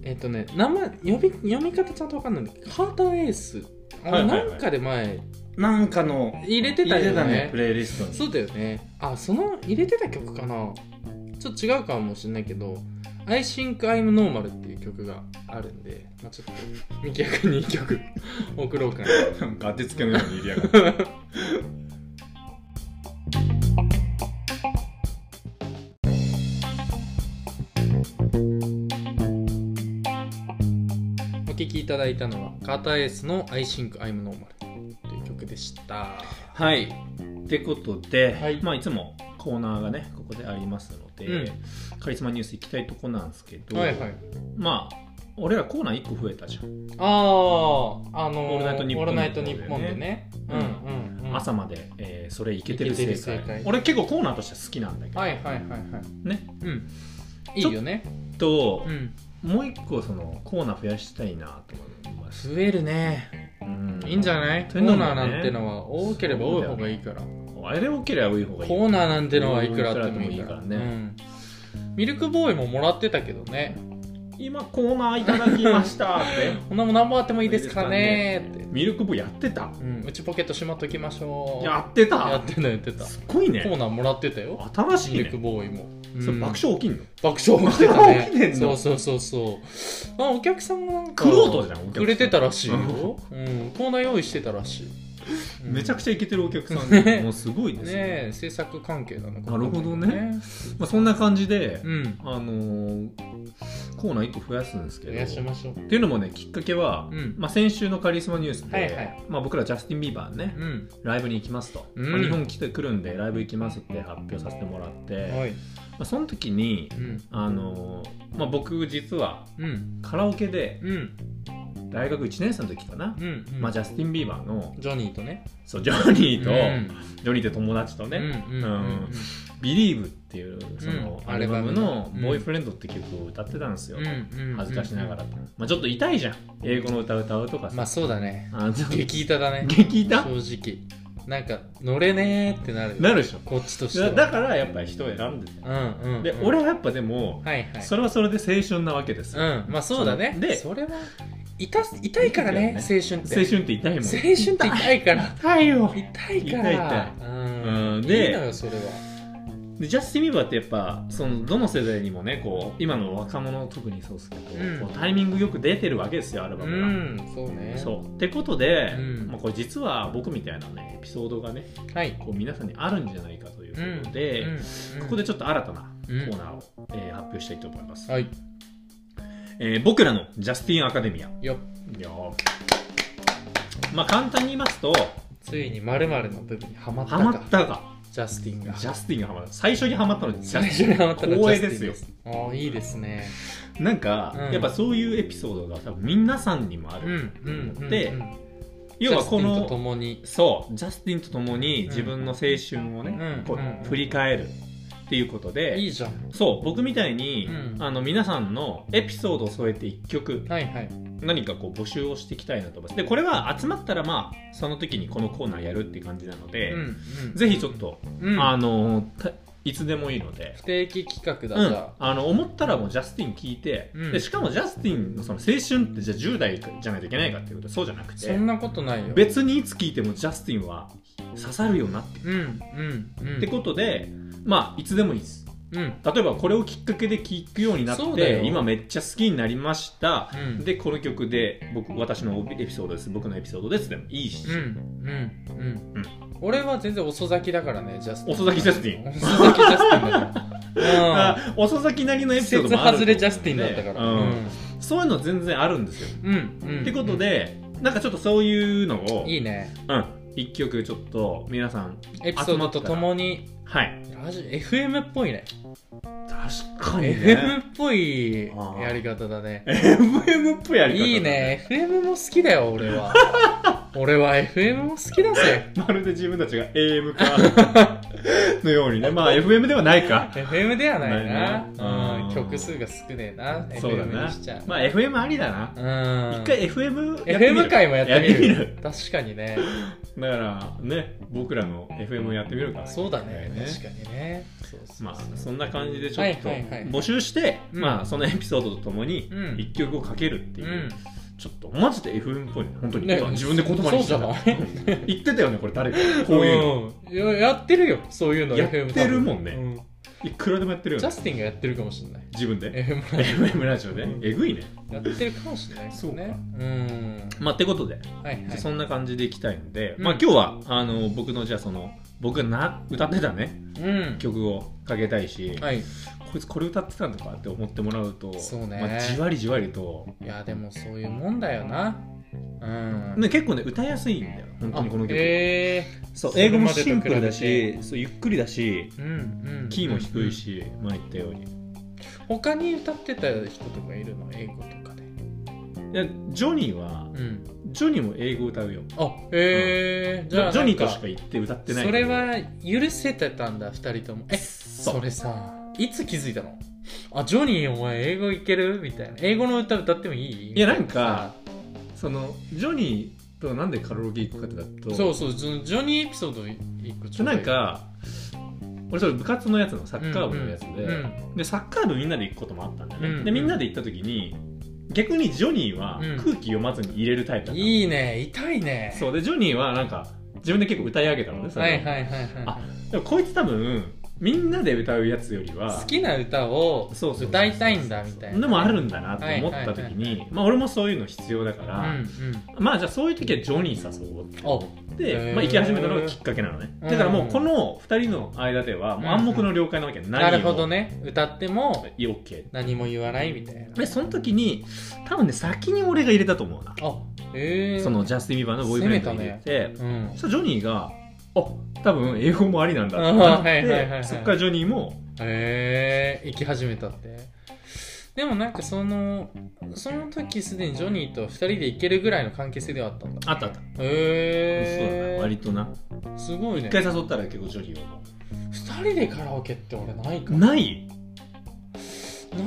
えっとね名前呼び読み方ちゃんとわかんないんだけどハートエース、あ
はいはいはい
なんかで前
なんかの
入れてたよね
プレイリストに
そうだよねあその入れてた曲かなちょっと違うかもしれないけど「I think I'm normal」っていう曲があるんで、まあ、ちょっとミキヤ君に1曲 送ろうかな
なんか当てつけのように入れやがって
お聴きいただいたのはカーターエースの「I think I'm normal」という曲でした
はいってことで、
はい
まあいつもコーナーがねここでありますので、カリスマニュース行きたいとこなんですけど、
はいはい
まあ俺らコーナー1個増えたじゃん、
あああのー
オールナイトニッポン
オールナイトニッポン」でね
うん
うんうんうん
朝まで、えーそれいけてる
イケ
正
てる
解
正解
俺結構コーナーとしては好きなんだけど、
はいはいはいはい
ね
うんいいよね
と
う、ん
もう一個そのコーナー増やしたいなと思います、
増えるね
うん
いいんじゃないコ
とい
ー
うのもね
ナーなんてのは多ければ多い方がいいから
あれ多ければ多い方がいい
コーナーなんてのはいくらあってもいいから
いくらでもいいからね
うんミルクボーイももらってたけどね
今コーナーいただきましたって
こんなもん何本あってもいいですからねって
ミルクボーイやってた
うん内ポケットしまっときましょう
やって
や
た
ってたやってた
すごい
コー
ね
ナーもらってたよ
新し
ミ
い
ルク
ね
ボーイもうん
それ爆笑起きんの
爆笑起きてた
起きて
ね
ん
そ
の
うそうそうそうあお客さんがなんか
クロートじゃんお客さん
くれてたらしいよ、うん、コーナー用意してたらしい、うん
めちゃくちゃいけてるお客さん
ね
でもうすごいですね
ねえ制作関係なのか
なるほどねまあ、そんな感じで、
うん
あのーコーナー1個増やすんですけ
お
ど
願いしましょう
っていうのもねきっかけは、
うん
まあ、先週のカリスマニュースで、
はいはい
まあ、僕らジャスティン・ビーバーね、
うん
ライブに行きますと、
うん
まあ日本来てくるんでライブ行きますって発表させてもらって、
はい
まあ、その時に、
うん
あのーまあ、僕実は
うん
カラオケで
うん
大学1年生の時かな、
うんうん
まあ、ジャスティン・ビーバーの
ジョニーとね
そうジョニーと、
うん
ジョニーって友達とね、
うんうんうんうん
「BELIEVE」っていうその
うん
アルバムの
アルバムね
「ボーイフレンド」って曲を歌ってたんですよ、
うんうん
恥ずかしながら、まあ、ちょっと痛いじゃん英語の歌歌うとかさ、
まあそうだね
あの
激痛だね
激痛
正直なんか乗れねーってなるよ
なるでしょ
こっちとしては
だだからやっぱり人を選んでた
うんうんうん
で俺はやっぱでも、
はいはい
それはそれで青春なわけですよ、
うんまあそうだね
そので
それは痛す痛いからね青
痛
春って
青春って痛いもん
青春って痛い から
痛いよ
痛いから
痛
う
うん
ん
で
いいのよそれは
でジャスティン・ビーバーってやっぱそのどの世代にもねこう今の若者特にそうですけど、
うん
こうタイミングよく出てるわけですよアル
う
バムが、
んそうね
そうってことで、
うん
まあ、これ実は僕みたいなねエピソードがね
はい
こう皆さんにあるんじゃないかということで、
うんうん
ここでちょっと新たなコ
うん
ーナーを、えー発表したいと思います、
はい
えー僕らのジャスティン・アカデミア
よっ
まあ簡単に言いますと
ついに〇〇の部分にはまった
ハ
か
マったか
ジャスティンが
ジャスティンがハマった最初にハマったのにジャ
最
ス
初
テ
に
ィン
ハマったのは
光
ジャ
栄
ステ
で
ィン
すよ
あーいいですね
なんか、
うん
やっぱそういうエピソードが多分皆さんにもあ
うん
ると
う
思
ん
っ
で
て、要はこ
ジャスティンと
の
共に
そうジャスティンと共に自分の青春をね、
うん
こ
うん
う振り返るっていうことで、
いいじゃん
そう僕みたいに、
うん
あの皆さんのエピソードを添えて1曲
はいはい
何かこう募集をしていきたいなと思いますでこれは集まったらまあその時にこのコーナーやるって感じなので、
うんうん
ぜひちょっと、
うん
あのたいつでもいいので
不定期企画
う
だ
ん
さ、、
あの思ったらもうジャスティン聞いて、
うん
でしかもジャスティンのその青春ってじゃあ10代じゃないといけないかっていうことはそうじゃなく
そ
て
んなことないよ
別にいつ聞いてもジャスティンは刺さるようになってる、
うんうんうん
ってことでまあいつでもいいです
うんうん
例えばこれをきっかけで聴くようになっ
そうだよ
て今めっちゃ好きになりました、
うん
でこの曲で僕私のエピソードです僕のエピソードですでもいいし、
うんうん
うん
俺は全然遅咲きだからねジャスティン
遅咲きジャスティン
遅咲きジャスティンだからうん
あ遅咲きなりのエピソー
季
ド
節
もある
外れジャスティンだったから
うんそういうの全然あるんですよ、
うんうん
ってことでなんかちょっとそういうのを
いいね
うん、一曲ちょっと皆さん
エピソードとともに
はい
ラジ FM っぽいね
確か
FM っぽい
あー
やり方だね
FM っぽいやり方だ
いいね FM も好きだよ俺は俺は FM も好きだぜ
まるで自分たちが AM かのようにね まあ FM ではないか
FM ではない
ないな
な、うん、
うん
曲数が少ねえな
そうだ
FM
な
にしちゃう
まあ FM ありだな
うん
一回 FM やってみる
FM 回もやってみる
やって
確かにね
みるだからね僕らの FM をやってみるから
そうだね確かにねそうそうそう
まあそんな感じでちょっと
はいはいはい
募集して
うん
まあそのエピソードとともに
うん
一曲をかけるって
う
い
ん
う、ちょっとマジで FM っぽいね本当に、
ね
自分で言葉にしてた
そう
うん言ってたよねこれ誰かこういうの、
うんいややってるよそういうの
やってるもんね
FM 多分
いくらでもやってる
うん
よ
ジャ
ね
スティンがやってるかもしれない
自分で
FM ラジ
FM ラジオでえぐいね
オやってるかもしれないですねうん
まあってことで、
はい
じ
は
ゃあ
い
そんな感じでいきたいんで、
うん
まあ今日はあの僕のじゃあその僕がな歌ってたね
うん
曲をかけたいし、
はい
こいつこれ歌ってたのかって思ってもらうと
そうね
まあ、じわりじわりと、
いやでもそういうもんだよなうん
ね、結構ね歌いやすいんだよ本当にこの曲、
え
そう
それ
英語も
までと
シ
比
ン
べて
プルだしそうゆっくりだし
えうんうん
キーも低いし、前言ったように
他に歌ってた人とかいるの英語とかで
いやジョニーは
うん
ジョニーも英語歌うよ
あええ
ジョジョニーとしか
言
言って歌ってない
それは許せてたんだ二人ともえ
そ
それさいつ気づいたのあジョニーお前英語いけるみたいな英語の歌歌ってもいい
いやなんかそのジョニーとなんでカラオケ行くかってだと
そうそうジョジョニーエピソードいく
なんか俺それ部活のやつのサッカー部のやつで、でサッカー部みんなで行くこともあったんだよね、
うん
でみんなで行った時に逆にジョニーは
うん
空気読まずに入れるタイプだったの、
いいね痛いね
そうでジョニーはなんか自分で結構歌い上げたのねそ
は
れを
いはいはいはい
あでもこいつ多分みんなで歌うやつよりは
好きな歌を
そうそう
歌いたいんだみたいな
でもあるんだなと思った時
は
に、
いはいはい
まあ俺もそういうの必要だか
うん
ら、まあじゃあそういう時はジョニー誘おうっ
うんあ
てで、
へー
まあ、行き始めたのがきっかけなのね
うん
だからもうこの2人の間ではもう暗黙の了解なわけ何
な
を
るほどね歌っても
OK
何も言わないみたいな
でその時に多分ね先に俺が入れたと思うな
あええ
そのジャスティン・ビーバーのボーイフレンドに入れて、
うん
そしたらジョニーがあ多分英語もありなんだって
あ
な
ー
っ
はいはいはいはい
てそっからジョニーも
へえ行き始めたってでもなんかそのその時すでにジョニーと2人で行けるぐらいの関係性ではあったんだ
あったあった、そうだな
へ
割とな
えすごいね
一回誘ったら結構ジョニーはも
2人でカラオケって俺ないか
う
ら
な
な
い
い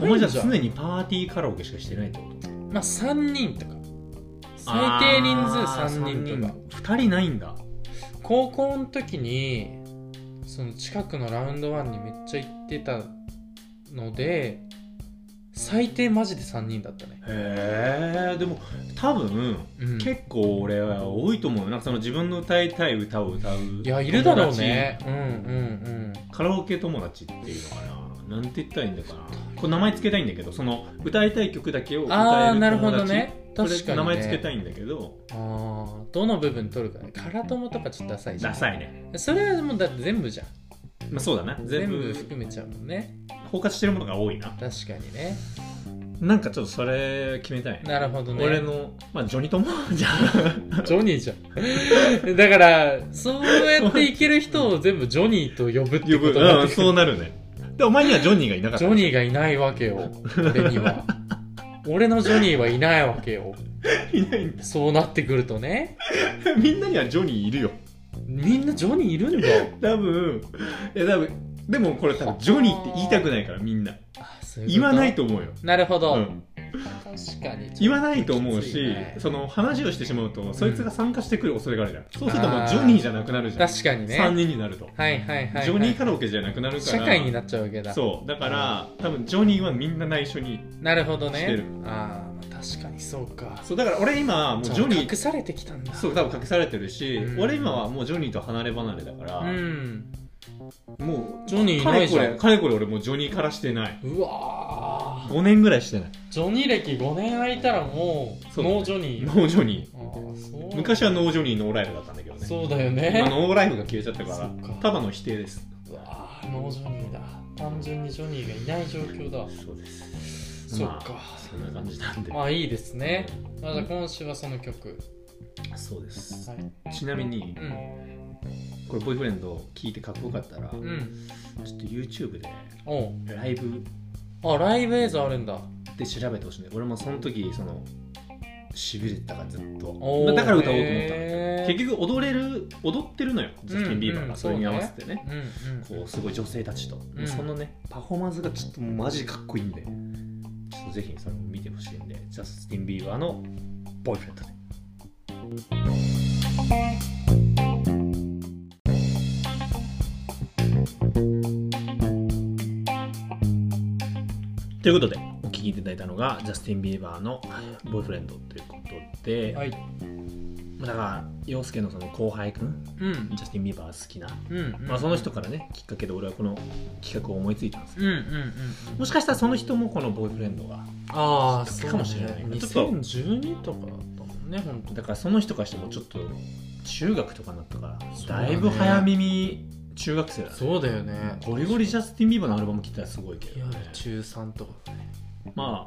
お前じゃあ
じゃ
常にパーティーカラオケしかしてないってこと
まあ3人とか最低人数3人とか
2人ないんだ
高校の時にその近くのラウンドワンにめっちゃ行ってたので最低マジで3人だったね、
へえでも多分
うん、
結構俺は多いと思うよなんかその自分の歌いたい歌を歌うい
いやいるだろうねうんうん
カラオケ友達っていうのかななんて言ったらいいんだかなこれ名前つけたいんだけどその歌いたい曲だけを
うん
歌
あ
え
あ
る友達
なるほどね
それ
確かに、ね、
名前つけたいんだけど
ああどの部分取るかねカラトモとかちょっとダサいじゃん
ダサいね、
それはもうだって全部じゃん
まあ、そうだな全
全
部
部含めちゃうもんね
包括してるものが多いな
確かにね
なんかちょっとそれ決めたいね
なるほどね
俺のまあジョニ友じゃ
ジョニーじゃん だからそうやっていける人を全部ジョニーと呼ぶって
呼ぶ
ことにな
う
っ
ん
てく
そう
る
なるねでお前にはジョニーがいなかっ
ジ
た
ョニーがいないわけよ俺には俺のジョニーはいないわけよ
いないんだ
そうなってくるとね
みんなにはジョニーいるよ
みんなジョニーいるんだ
多分いや多分でもこれ多分ジョニーって言いたくないからみんな
あそういうこと
言わないと思うよ、
なるほど、
うん
確かに
言わないと思うし、
ね
その話をしてしまうとそいつが参加してくる恐れがあるじゃん、そうするとも
あ
う
ー
ジョニーじゃなくなるじゃん、
確かにね
3人になると、
はいはいはい、はい、
ジョニーカラオケじゃなくなるか
社
ら
会になっちゃうわけだ
そうだから多分ジョニーはみんな内緒に
なるほどね
してる
ああまあ確かにそうか
そうだから俺今もうジョニ
隠
ー
されてきたんだ
そう多分隠されてるし、
うん
俺今はもうジョニーと離れ離れだから、
うん
もう
ジョニーい
か
な
れ
い
こ
じゃ
れ
ん
かれこれ俺もうジョニーからしてないう
わー
5年ぐらいしてない
ジョニー歴5年空いたらもう
そう
ノージョニー
ノージョニ
あーそう
ー昔はノージョニーノーライフだったんだけどね
そうだよ
今
ね
ノーライフが消えちゃったか
そ
ら
っか
ただの否定です
うわーノージョニーだ単純にジョニーがいない状況だ
そうです
そっか
そんな感じなんで
まあいいですね
うん
まあじゃあ今週はその曲
そうです
はい
ちなみに
うん
これボーイフレンド聞いてかっこよかったらちょっ
うん
と YouTube で
おう
ライブ
あライブ映像あるんだ
で調べてほしいんで俺もその時そのしびれたからずっと、
お
ま
ー
あだから歌おうと思ったの
へー
結局踊れる踊ってるのよジャスティン・ビーバー
うんう
が
ん
それに合わせてね,、
うんうん
こうすごい女性たちと、
うん
そのねパフォーマンスがちょっとマジでかっこいいんでちょっとぜひそれも見てほしいんでジャスティン・ビーバーのボーイフレンドでということでお聴きいただいたのがジャスティン・ビーバーの「ボーイフレンド」ということで、
はい
だから陽介のその後輩くん
うん
ジャスティン・ビーバー好きな、
うんうん
まあ、その人からねきっかけで俺はこの企画を思いついたんですけ
うんうんうん
どもしかしたらその人もこのボーイフレンドが
ああ
そうかもしれない
ね
ちょっと
2012とかだったもんね本当
だからその人からしてもちょっと中学とかになったから
うだね
だいぶ早耳中学生だね
そうだよね
ゴリゴリジャスティン・ビーバーのアルバム聴いたらすごいけ
い
ど
や
ね
中3とかだね
ま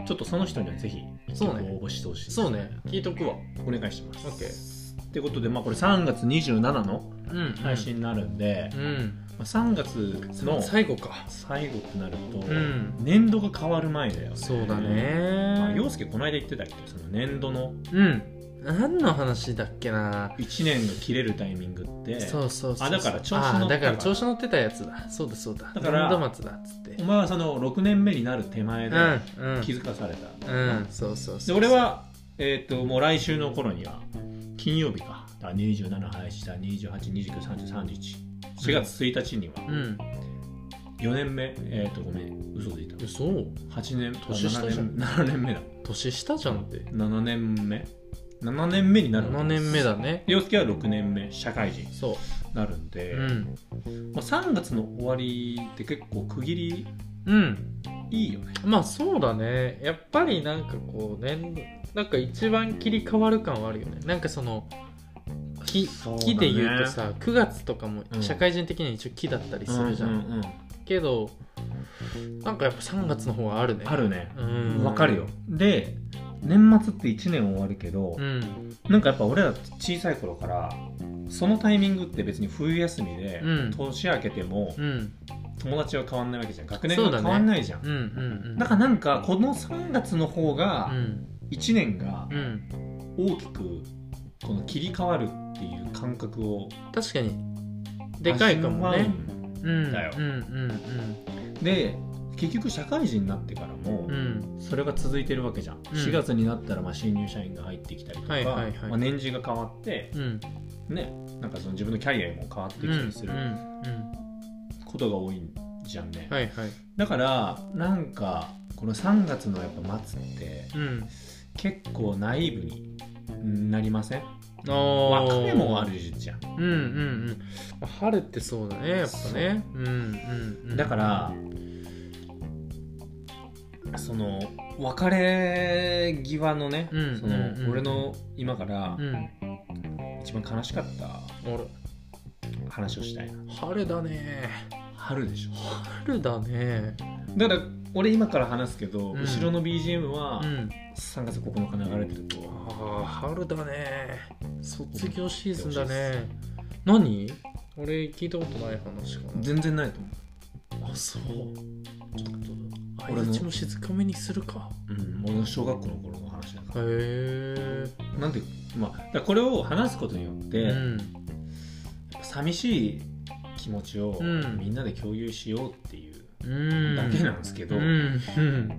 あちょっとその人にはぜひ
そうね
応募してほしいです
そうね聞いとくわ
お願いしま
オッケー
すってことでまあこれ3月27の
うん
配信になるんで、
うん
まあ、3月の
最後か
最後となると、
うん
年度が変わる前だよね
そうだ
まあ、
ね
陽介この間言ってたけどその年度の
うん何の話だっけな
1年の切れるタイミングって
そうそうそう
あだから調子乗
あー
ってた
だから調子乗ってたやつだそうだそうだ
だから
年度末だっつって
お前はその6年目になる手前で
うんうん
気づかされた、
うんそうそう
で
そう
俺は、えー、ともう来週の頃には金曜日かだから27配信だ28293031月1日には
うん
4年目、えっ、とごめん嘘ついた
えそう
8年
年下じゃん
7年 ,7 年目だ
年下じゃんって
7年目7年目になる
7年目だね
陽介は6年目社会人に
そ
なるん
う
で、
うん
まあ、3月の終わりって結構区切り
うん
いいよね
まあそうだねやっぱりなんかこうねなんか一番切り替わる感はあるよねなんかその木
そうだね
木で言うとさ9月とかも
うん
社会人的には一応木だったりするじゃん、
うんうんうん
けどなんかやっぱ3月の方があるね
あるね
うん
わかるよで年末って1年終わるけど、
うん
なんかやっぱ俺ら小さい頃からそのタイミングって別に冬休みで、
うん
年明けても
うん
友達は変わんないわけじゃん学年
そう
が
だ
変
ね
わんないじゃん
うん
だ,、
うんうん
からなんかこの3月の方が
うん
1年が
うん
大きくこの切り替わるっていう感覚を
確かにでかいかも
味わ
ねうん
だよ
うん
うんで結局社会人になってから
うんう
も、
んうん
それが続いてるわけじゃん、
ん
4月になったらまあ新入社員が入ってきたりとか、
はいはいはい
まあ、年次が変わって
うん
ねなんかその自分のキャリアも変わってきたりする
うんうん
ことが多いじゃんね、
うん、はいはい
だからなんかこの3月のやっぱ末って
うん
結構ナイーブになりません
あー
別れもあるじゃん
うんうんうんまあ春ってそうだねやっぱねうんうんうん
だからその別れ際のね、
うん
その
うんうん
俺の今から
うん
一番悲しかった
あれ
話をしたいな
春だね
春でしょ
春だね
だから俺今から話すけど、
うん
後ろの BGM は
うん
3月9日流れてると、
ああ春だね卒業シーズンだね何俺聞いたことない話か
全然ないと思
なあそうちょっと
俺の
相立ちも静かめにするか
う、うん、俺の小学校の頃の話だか
へえ
らなんで、まあ、だからこれを話すことによって、
う
やっ
ん
ぱ寂しい気持ちを
うん
みんなで共有しようっていう
うん
だけなんですけど、
うん、うん、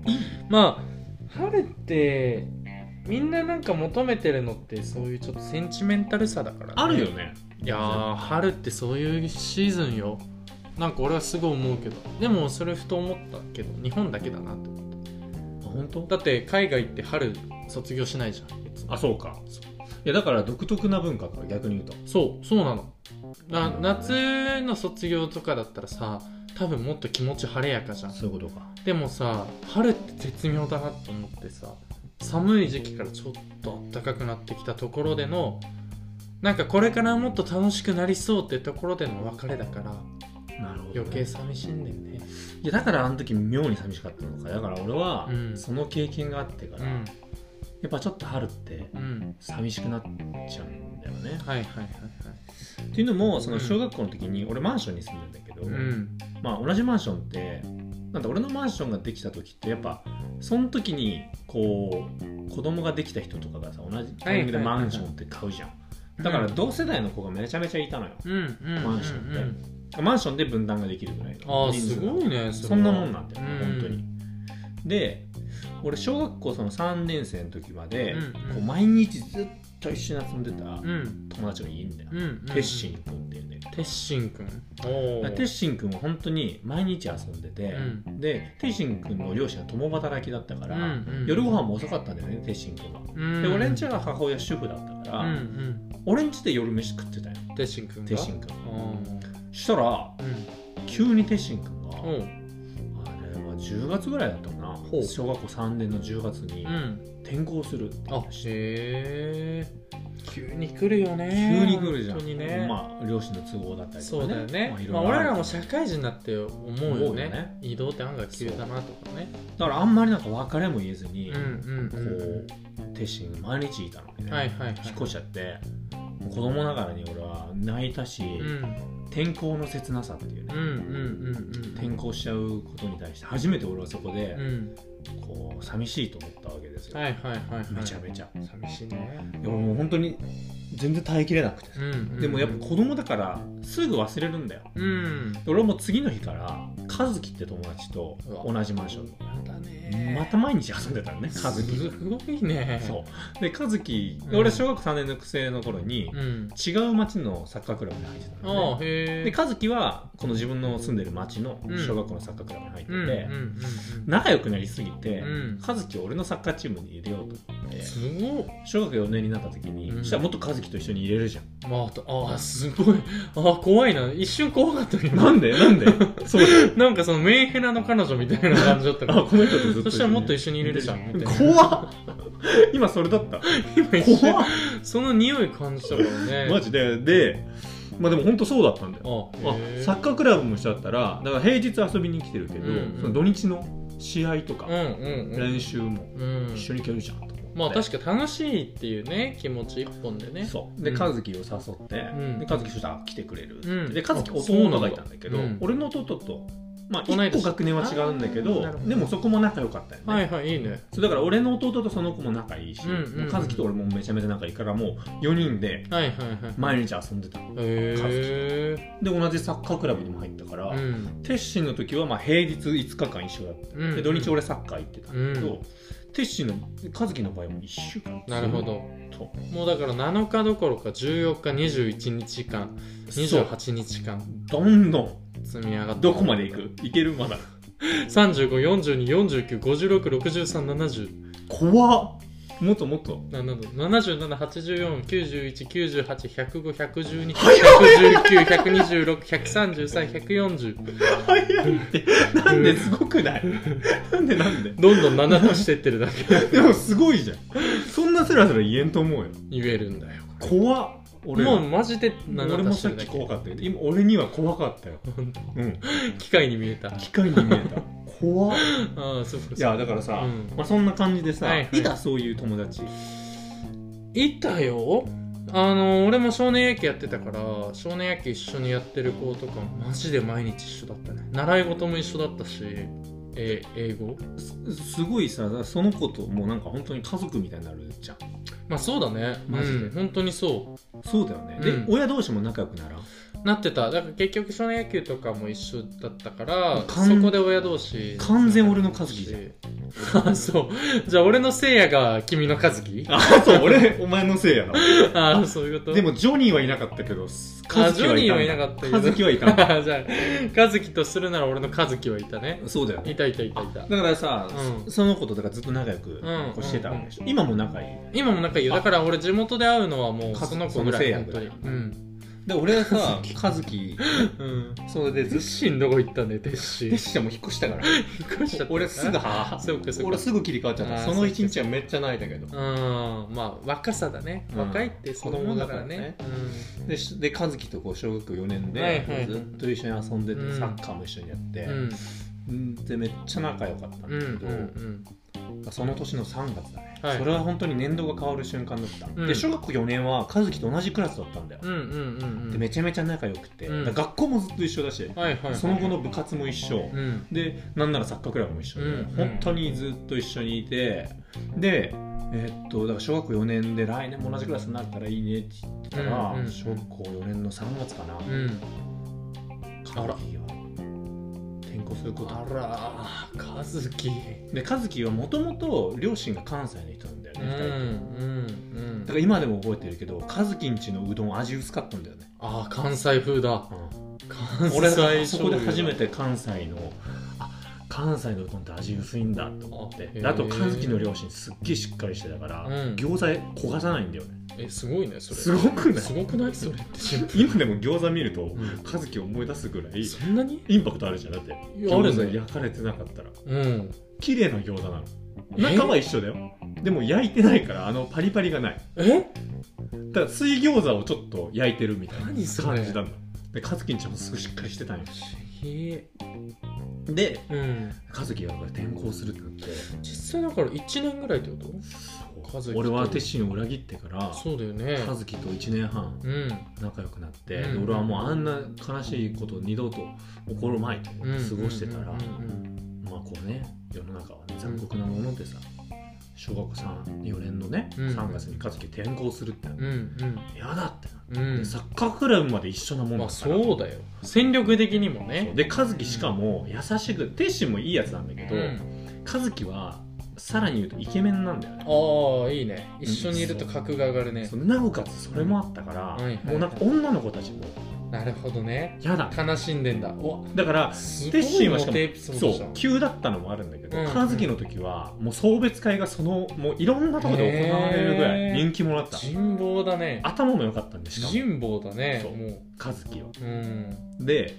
まあ春ってみんななんか求めてるのってそういうちょっとセンチメンタルさだから、
あるよね
いやー春ってそういうシーズンよなんか俺はすごい思うけどでもそれふと思ったけど日本だけだなって思っ
あ本当
ただって海外って春卒業しないじゃんいつも
あそうかいやだから独特な文化から逆に言うと
そうそうなのな夏の卒業とかだったらさ多分もっと気持ち晴れやかじゃん
そういうことか
でもさ春って絶妙だなと思ってさ寒い時期からちょっと暖かくなってきたところでのなんかこれからもっと楽しくなりそうってところでの別れだから
なるほどね、
余計寂しいんだよね
いやだからあの時妙に寂しかったのかだから俺は
うん
その経験があってから、
うん
やっぱちょっと春って
うん
寂しくなっちゃうんだよね
はいはいはいはい
っていうのもそうの
ん
小学校の時に俺マンションに住んでんだけど、
うん
まあ同じマンションってなんだ俺のマンションができた時ってやっぱその時にこう子供ができた人とかがさ同じタイミングで
はいはいはいはい
マンションって買うじゃん、だから同世代の子がめちゃめちゃいたのよ、
うんうんうん
マンションって
うん
マンションで分断ができるぐらい
あ
の
あ
人数
すごいねれは
そんなもんなんだよ、
うん
本当にで俺小学校その3年生の時まで、
うんうん
こう毎日ずっと一緒に遊んでた
うん
友達がいいんだよ、
うんうん
鉄心君っていうんだけど
鉄心くんお
だ
ー
から鉄心君は本当に毎日遊んでて、
う
で鉄心君の両親は共働きだったから、
うんうん
夜ご飯も遅かったんだよね鉄心君が。
うん
で俺んちは母親主婦だったか
う
ら、
んうん
俺んちで夜飯食ってたよ
鉄心くんが
鉄心君
あー
したら急に鉄心君が、
うんおう
あれは10月ぐらいだったかな
ほう
小学校3年の10月に
うん
転校するって
あへえ急に来るよね
急に来るじゃ
本当に
ん、
ね、
まあ両親の都合だったりと
そ
か
うだよね、
まあいろい
ま
ろ
あ、
ある
俺らも社会人になって思うよね
思うよね
移動って案外急だなとかね
だからあんまりなんか別れも言えずに、
うんうん
こう鉄心が毎日いたの
う
ね、
んはいはいはい
引っ越しちゃってもう子供ながらに俺は泣いたし、
うん
転校の切なさっていう
う
ね
ん、うんうんうん
転校しちゃうことに対して初めて俺はそこで
う、ん
こう寂しいと思ったわけですよ、
はいはいはいはい
めちゃめちゃ、
寂しいね
でももう本当に全然耐えきれなくて
うん、うん、
でもやっぱ子供だからすぐ忘れるんだよ
うん
俺も次の日から和樹って友達と同じマンションの
またね
また毎日遊んでたのね和
す
樹
ごいね
そうで和樹
うん
俺小学3年の生の頃に
うん
違う町のサッカークラブに入ってた
あ
の
あ
ね
へえ
で和樹はこの自分の住んでる町の
うん
小学校のサッカークラブに入って
うんうん
て
うんうん
仲良くなりすぎて
うん
和樹を俺のサッカーチームに入れようと思って
すごっ
小学4年になった時に
うん
したらもっと和樹と一緒に入れるじゃん
まあ、ああすごいああ怖いな一瞬怖かったけど
なん でなんでそうだよ
なんかそのメンヘラの彼女みたいな感じだったか
あ
ら
この人とずっと
そしたらもっと一緒に入れるじゃんみたいな
怖っ今それだった
今一瞬
怖っ
その匂い感じたからね
マジででまあでも本当そうだったんだよ
あ
あ
へえ
サッカークラブもしちゃったらだから平日遊びに来てるけど、
うんうん
その土日の試合とか
う、んうんうん
練習も
うん
一緒に行けるじゃんと思って、
まあ確か楽しいっていうね気持ち一本でね
そうで
うん
和樹を誘って、
ん
で和樹そしたら来てくれるって言って、
うん
で和樹
あそうなんだ
弟がいたんだけど
うん
俺の弟と、まあ、
同い年
1個学年は違うんだけ
あー
ど
なるほど
でもそこも仲良かったよね、
はいはいいいね
そうだから俺の弟とその子も仲いいし、
うんうんうん
和樹と俺もめちゃめちゃ仲いいからもう4人で
はいはいはい
毎日遊んでたの
へえ
で同じサッカークラブにも入ったから、
うん
鉄心の時はまあ平日5日間一緒だった、
うん
で土日俺サッカー行ってたんだけど、
う
鉄心の和樹の場合も1週間
なるほど
ずっと
もうだから7日どころか14日21日間
そう
28日間
どんどん
積み上がって
どこまで行く行けるまだ
354249566370
怖っもっともっと
ななど77849198910105112119 1233140
早いってなんですごくないなんでなんで
どんどん7足してってるだけ
でもすごいじゃんそんなスラスラ言えんと思うよ
言えるんだよ
怖っ俺ら
もうマジで
俺
7
も
足してるだ
さっき
け
怖かったよ今俺には怖かったよ、
ほんと
うん、
機械に見えたあ
機械に見えた怖っ
あそうそう
い
いや
やだからさ、
うん
まあ、そんな感じでさ、
はいいはい
たそういう友達
いたよあの俺も少年野球やってたから少年野球一緒にやってる子とかマジで毎日一緒だったね習い事も一緒だったしえ英語
すすごいさその子ともうなんか本当に家族みたいになるじゃん
まあそうだね
マジで
うん本当にそ
そうだよね、
うん
で親同士も仲良くならん
うなってただから結局少年野球とかも一緒だったから
完
そこで親同士
完全俺の和樹じゃん
いあ、 そう。じゃあ俺のせいやが君の和樹
あそう俺お前のせいやな
ああ、そういうこと
で、もジョニーはいなかったけど
あ
カ
ジ
ズ
ョニ
キ
ーは
はいい
なか
た
ったけど。
カズキはいたんだ
あじゃあ、和樹とするなら俺の和樹はいたね。
そうだよ
いたいたいたいた。
だからさ、
うん
その子とだからずっと仲良く
ん
こうしてたわけでしょ、
うん
今も仲いい
今も仲いいよ。
あ
だから俺地元で会うのはもう
和樹
その子ぐらい、
その
本当
せい
に。
や
うん。
で俺 はさカズキ
うん。
それでず
テ
っ
ッシンどこ行ったんだよ、テッシ
と
ン。
しもう引っ越したから俺
俺
すぐは
そうかそうか
俺すぐ切り替わっちゃっ
あ
た
ー
その一日はめっちゃ泣いたけど
うん。まあ、若さだね。
うん
若いってそういうもんだからね。
でしで和樹とこう小学校4年で、
はいはい
ずっと一緒に遊んでて、
うん
サッカーも一緒にやって、
うん。
うんでめっちゃ仲良かったんだけ
うん。うん。
ど、
うん。
その年の3月だね、
はい
それは本当に年度が変わる瞬間だった、
うん
で小学校4年は和樹と同じクラスだったんだよ、
うん。うん。うん。
でめちゃめちゃ仲良くて、
うん
だから学校もずっと一緒だし、
はいはいはい。
その後の部活も一緒、
うん。
でなんならサッカークラブも一緒で、
うん
本当にずっと一緒にいてでえーっとだから小学校4年で来年も同じクラスになったらいいねって言ってたら、
うんうん
小学校4年の3月かな、
うん。
カズキは転校することに
あらー、和樹。
でカズキはもともと両親が関西の人なんだよ
う
ね、
んう
二人とも
んうん
だから今でも覚えてるけどカズキんちのうどん味薄かったんだよね、
ああ関西風だ関西
俺はそこ
醤
で初
油
め
だ
て関西のあ関西のうどんって味薄いんだと思って
あへ
で
ー
あと和樹の両親すっげえしっかりしてたから、
うん
餃子焦がさないんだよ ね
えすごいねそれ
すごくない
すごくないそれ ってシンプ
今でも餃子見ると
ル、
和樹を思い出すぐらい
そんなに
インパクトあるじゃんだって
いやある
餃子
ね
焼かれてなかったら
うん
綺麗な餃子なの
え
中は一緒だよでも焼いてないからあのパリパリがない
え
ただ水餃子をちょっと焼いてるみたいな感
何
じ
そ
な
れ
んだで和樹んちもすごいしっかりしてたんよ
へえ
で
うん
和樹が転校するってなって
実際だから1年ぐらいってこ和樹と
俺は鉄心を裏切ってから
とそうだよね
和樹と1年半
うん
仲良くなって、
うん
で俺はもうあんな悲しいこと二度と起こるまいと思って過ごしてたら、
うんうん
まあこうね世の中はね残酷なものでさ小学校34年のね、
うん
3月に和樹転校するってなって、
うんうん
嫌だってなって、
うんうん
サッカークラブまで一緒なもん
ま
だ
あ
から、
そうだよ戦力的にも
そう
ね
で和樹しかも優しく鉄心もいいやつなんだけど、
うん
和樹はさらに言うとイケメンなんだよね
ああいいね一緒にいると格が上がるね
そのなおかつそれもあったから、
はいはいはい
もうなんか女の子たちも
なるほどね
嫌だ
悲しんでんだお
だから
すご
テッシ
い
ン
モ
はしかも
テエピソー
そ
ドじゃ
うん急だったのもあるんだけど、
うんうん
和樹の時はもう送別会がそのもういろんなところで行われるぐら
へー
い人気もらった
人望だね
頭も良かったんでしかも
人望だね
そう
も
和樹は
ううん
で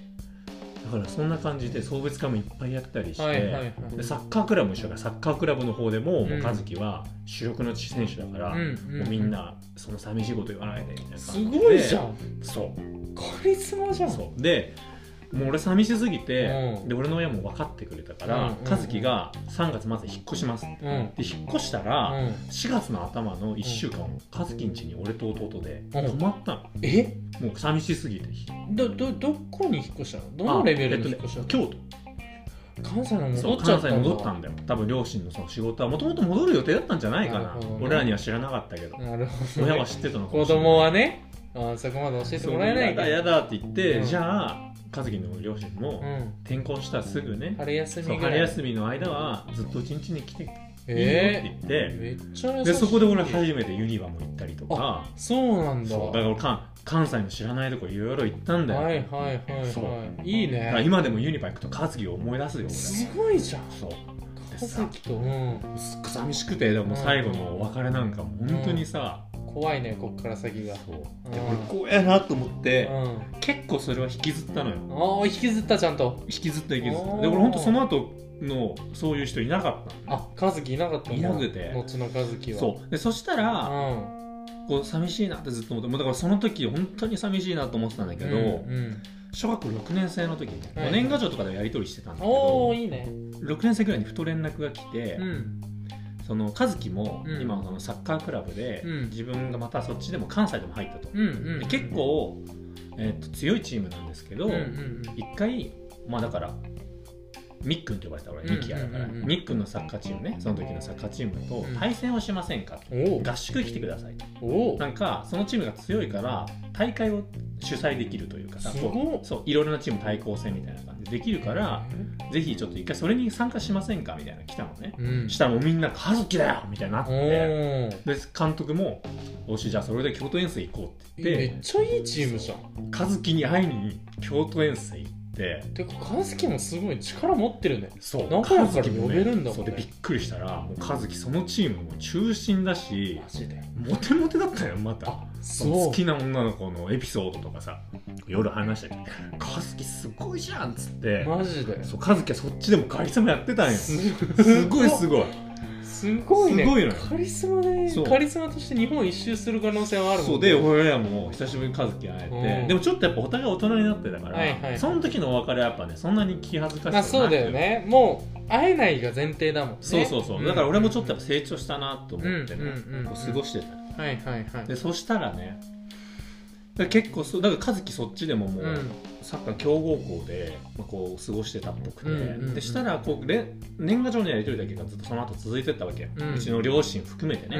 だからそんな感じで送別会もいっぱいやったりして、
はいはいはい
でサッカークラブも一緒だからサッカークラブの方でも,、もううん和樹は主力の選手だから、
うん
もうみんなその寂しいこと言わないでみたいな感
す
じです
ごいじゃん
そう
カリスマじゃん
そうでもう俺寂しすぎて、
うん
で俺の親も分かってくれたから、
うんうんうん
和樹が3月まず引っ越しますって
うんうん
で引っ越したら、4月の頭の1週間、和樹ん家に俺と弟で
うん
泊まったの、
え
もう寂しすぎて
どどどこに引っ越したのどのレベルに引っ越した
あ
の、
えっとね京
関西の
都
戻
そう
っちゃ
関
った
西
んだ
に戻ったんだよ多分両親のその仕事はもともと戻る予定だったんじゃないかな
なるほどね
俺らには知らなかったけど、
なるほど
親
ね、
は知ってたのかも
子
しれない
供はねあそこまで教えて
そう
もらえない
や
か
だ
ら
やだって言って、
うん
じゃあ和樹の両親も、
うん
転校したすぐね
春休み
そう
ぐらい
春休みの間はずっとうちんちに来ていいよって
え
言っ
え
て、
めっちゃ優しい
でそこで俺初めてユニバも行ったりとか
そうなんだ
そうだから俺関関西の知らないとこいろいろ行ったんだよ、
はいはいはい
そう
はいいい
だから
ね
今でもユニバ行くと和樹を思い出すよ
すごいじゃん
俺そう
家
でさ
族と、うん、
すっごい寂しくてでももう最後のお別れなんかもう本当にさ、
怖いねこっから先が
そう
うん
で俺こうやなと思っ
う
て、
ん
結構それは引きずったのよ
ああ引きずったちゃんと
引きずった引きずっ
お
た
ー
で俺本当その後のそういう人いなかったの
あ和樹いなかったんだ
いなくて
後の和樹は
そうでそしたら、
うん
こう寂しいなってずっと思ってもうだからその時本当に寂しいなと思ってたんだけど、
うんうん
小学校6年生の時ね
はい
5年賀状とかでやり取りしてたんだけ
お
ど、
おいいね
6年生ぐらいにふと連絡が来て、
うん
その和樹も
うん
今そのサッカークラブで、
うん
自分がまたそっちでも関西でも入ったと、
うんうん
で結構、えーっと強いチームなんですけど、
うんうんうん
一回まあだからみっくんと呼ばれてた俺ミキヤだから
うんうんうんうん
みっくんのサッカーチームねその時のサッカーチームと
うん
対戦をしませんかと
おう
合宿来てくださいと
おう
なんかそのチームが強いから大会を主催できるというかさ
す
こう
ごっ
そういろいろなチーム対抗戦みたいな感じでできるからぜひちょっと一回それに参加しませんかみたいなの来たのね
うん
したらもうみんな「カズキだよ!」みたいになっ
お
て
ー
で監督も「よしじゃあそれで京都遠征行こう」って
め
言っ
っちゃいいチームじゃん
て和樹に会いに京都遠征行って
てか和樹もすごい力持ってるね
そう
名古屋から
和樹
呼
もね
べるんだもんね
そうでびっくりしたらもう和樹そのチームも中心だし
ジで
モテモテだったよまた
あ
その
そ
好きな女の子のエピソードとかさ夜話したり「和樹すごいじゃん」っつって
うマジで
そう和樹はそっちでもカリスマやってたんよす
す
ごいすごい
すごいね
すごいのよ
カリスマね
そう
カリスマとして日本一周する可能性はあるもんね
そうで俺らも久しぶりに和樹に会えて、
うん
でもちょっとやっぱお互い大人になってたから、
はいはい
その時のお別れはやっぱねそんなに気恥ずかしくな
あ
くて
そうだよねもう会えないが前提だもんね
そうそうそう、
ん
だから俺もちょっとやっぱ成長したなと思ってね、
うんうんうん
こう過ごしてたよ
はいはいはい
でそしたらねだから結構そうだから和樹そっちでももう、
うん
サッカー強豪校で、まあ、こう過ごしてたっぽくて、
うんうんうん
でしたらこうれん年賀状のやり取りだけがずっとその後続いてったわけよ、う
うん
ちの両親含めて
うん
ね、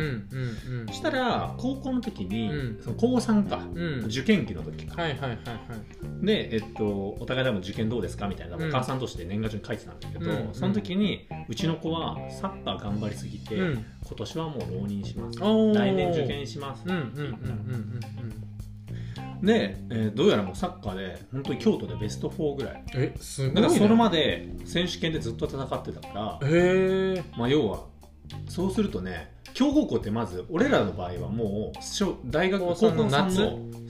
うん
そしたら高校の時に、
うん
その高3か、
うんうん
受験期の時か、
はいはいはいはい
で、えっと、お互い多分受験どうですかみたいな、
うん
お母さんとして年賀状に書いてたんだけど、
うん
その時にうちの子はサッカー頑張りすぎて、
うん
今年はもう浪人します
おー
来年受験します、
うんうんうんうんうんうん
で、えーどうやらもうサッカーで本当に京都でベスト4ぐらい
えすご
だ
い
から
ね
それまで選手権でずっと戦ってたから、
へえ
まあ、要はそうするとね強豪校ってまず俺らの場合はもう小大学
高
高
校
校
の
の
夏
夏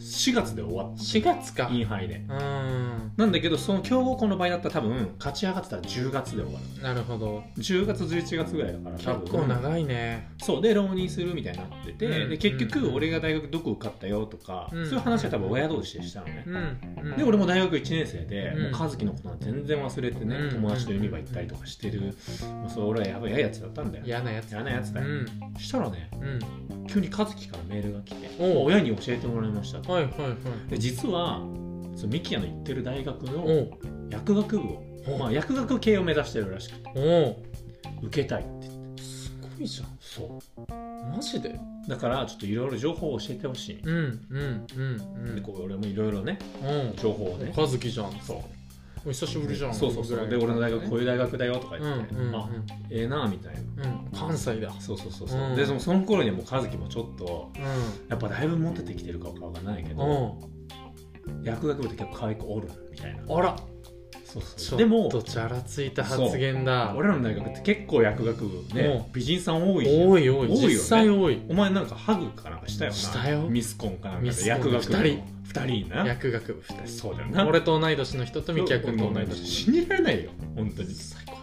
4月で終わっ
4月か
たインハイで
うん
なんだけどその強豪校の場合だったら多分勝ち上がってたら10月で終わる
なるほど
10月11月ぐらいだから
結
多分
構長いね
そうで浪人するみたいになってて、
うん
で
う
結
ん
局
うん
俺が大学どこ受かったよとか、
うん
そういう話は多分親同士でしたのね、
うんうん
で俺も大学1年生で、
うん
もう和樹のことは全然忘れてね、
うん
友達と海場行ったりとかしてる、もうそれ俺はやばいややつだったんだよ
嫌なやつ
嫌なやつ
う
だよ、
ん
したらね
うん
急に和樹からメールが来て
おう
もう親に教えてもらいましたと
はいはいはい
で実はそのミキヤの行ってる大学の、
おう
薬学部を、まあ、薬学系を目指してるらしくて
おう
受けたいって
すごいじゃん
そ
マジで
うだからちょっといろいろ情報を教えてほしい、
うんうんうんう
で
ん
こう俺もいろいろね
うん
情報をね
和樹じゃん
そう
お久しぶりじゃん
そうそうそうで俺の大学こういう大学だよとか
う
言
ん
っ
う
て、
ん
あええなみたいな
うんうん関西だ
そうそうそうそう、
うん
でそのその頃にはもう和樹もちょっと
う
やっぱだいぶモテてきてるかわからないけ
ん
ど
う
薬学部って結構可愛い子おるみたいなん
あら
そう
ち
そ
ょ
うでも
っとチャラついた発言だ
俺らの大学って結構薬学部ね
う
美人さん多いじゃん
多い多い
多いよね
実際多い
お前なんかハグかなんかしたよな
したよ
ミスコンかなんか
ミ
で
スコン
薬学部の
二人
二人な
薬学部二人
そうだよな
俺と同い年の人と三木君と同い年
信じられないよ本当に
最高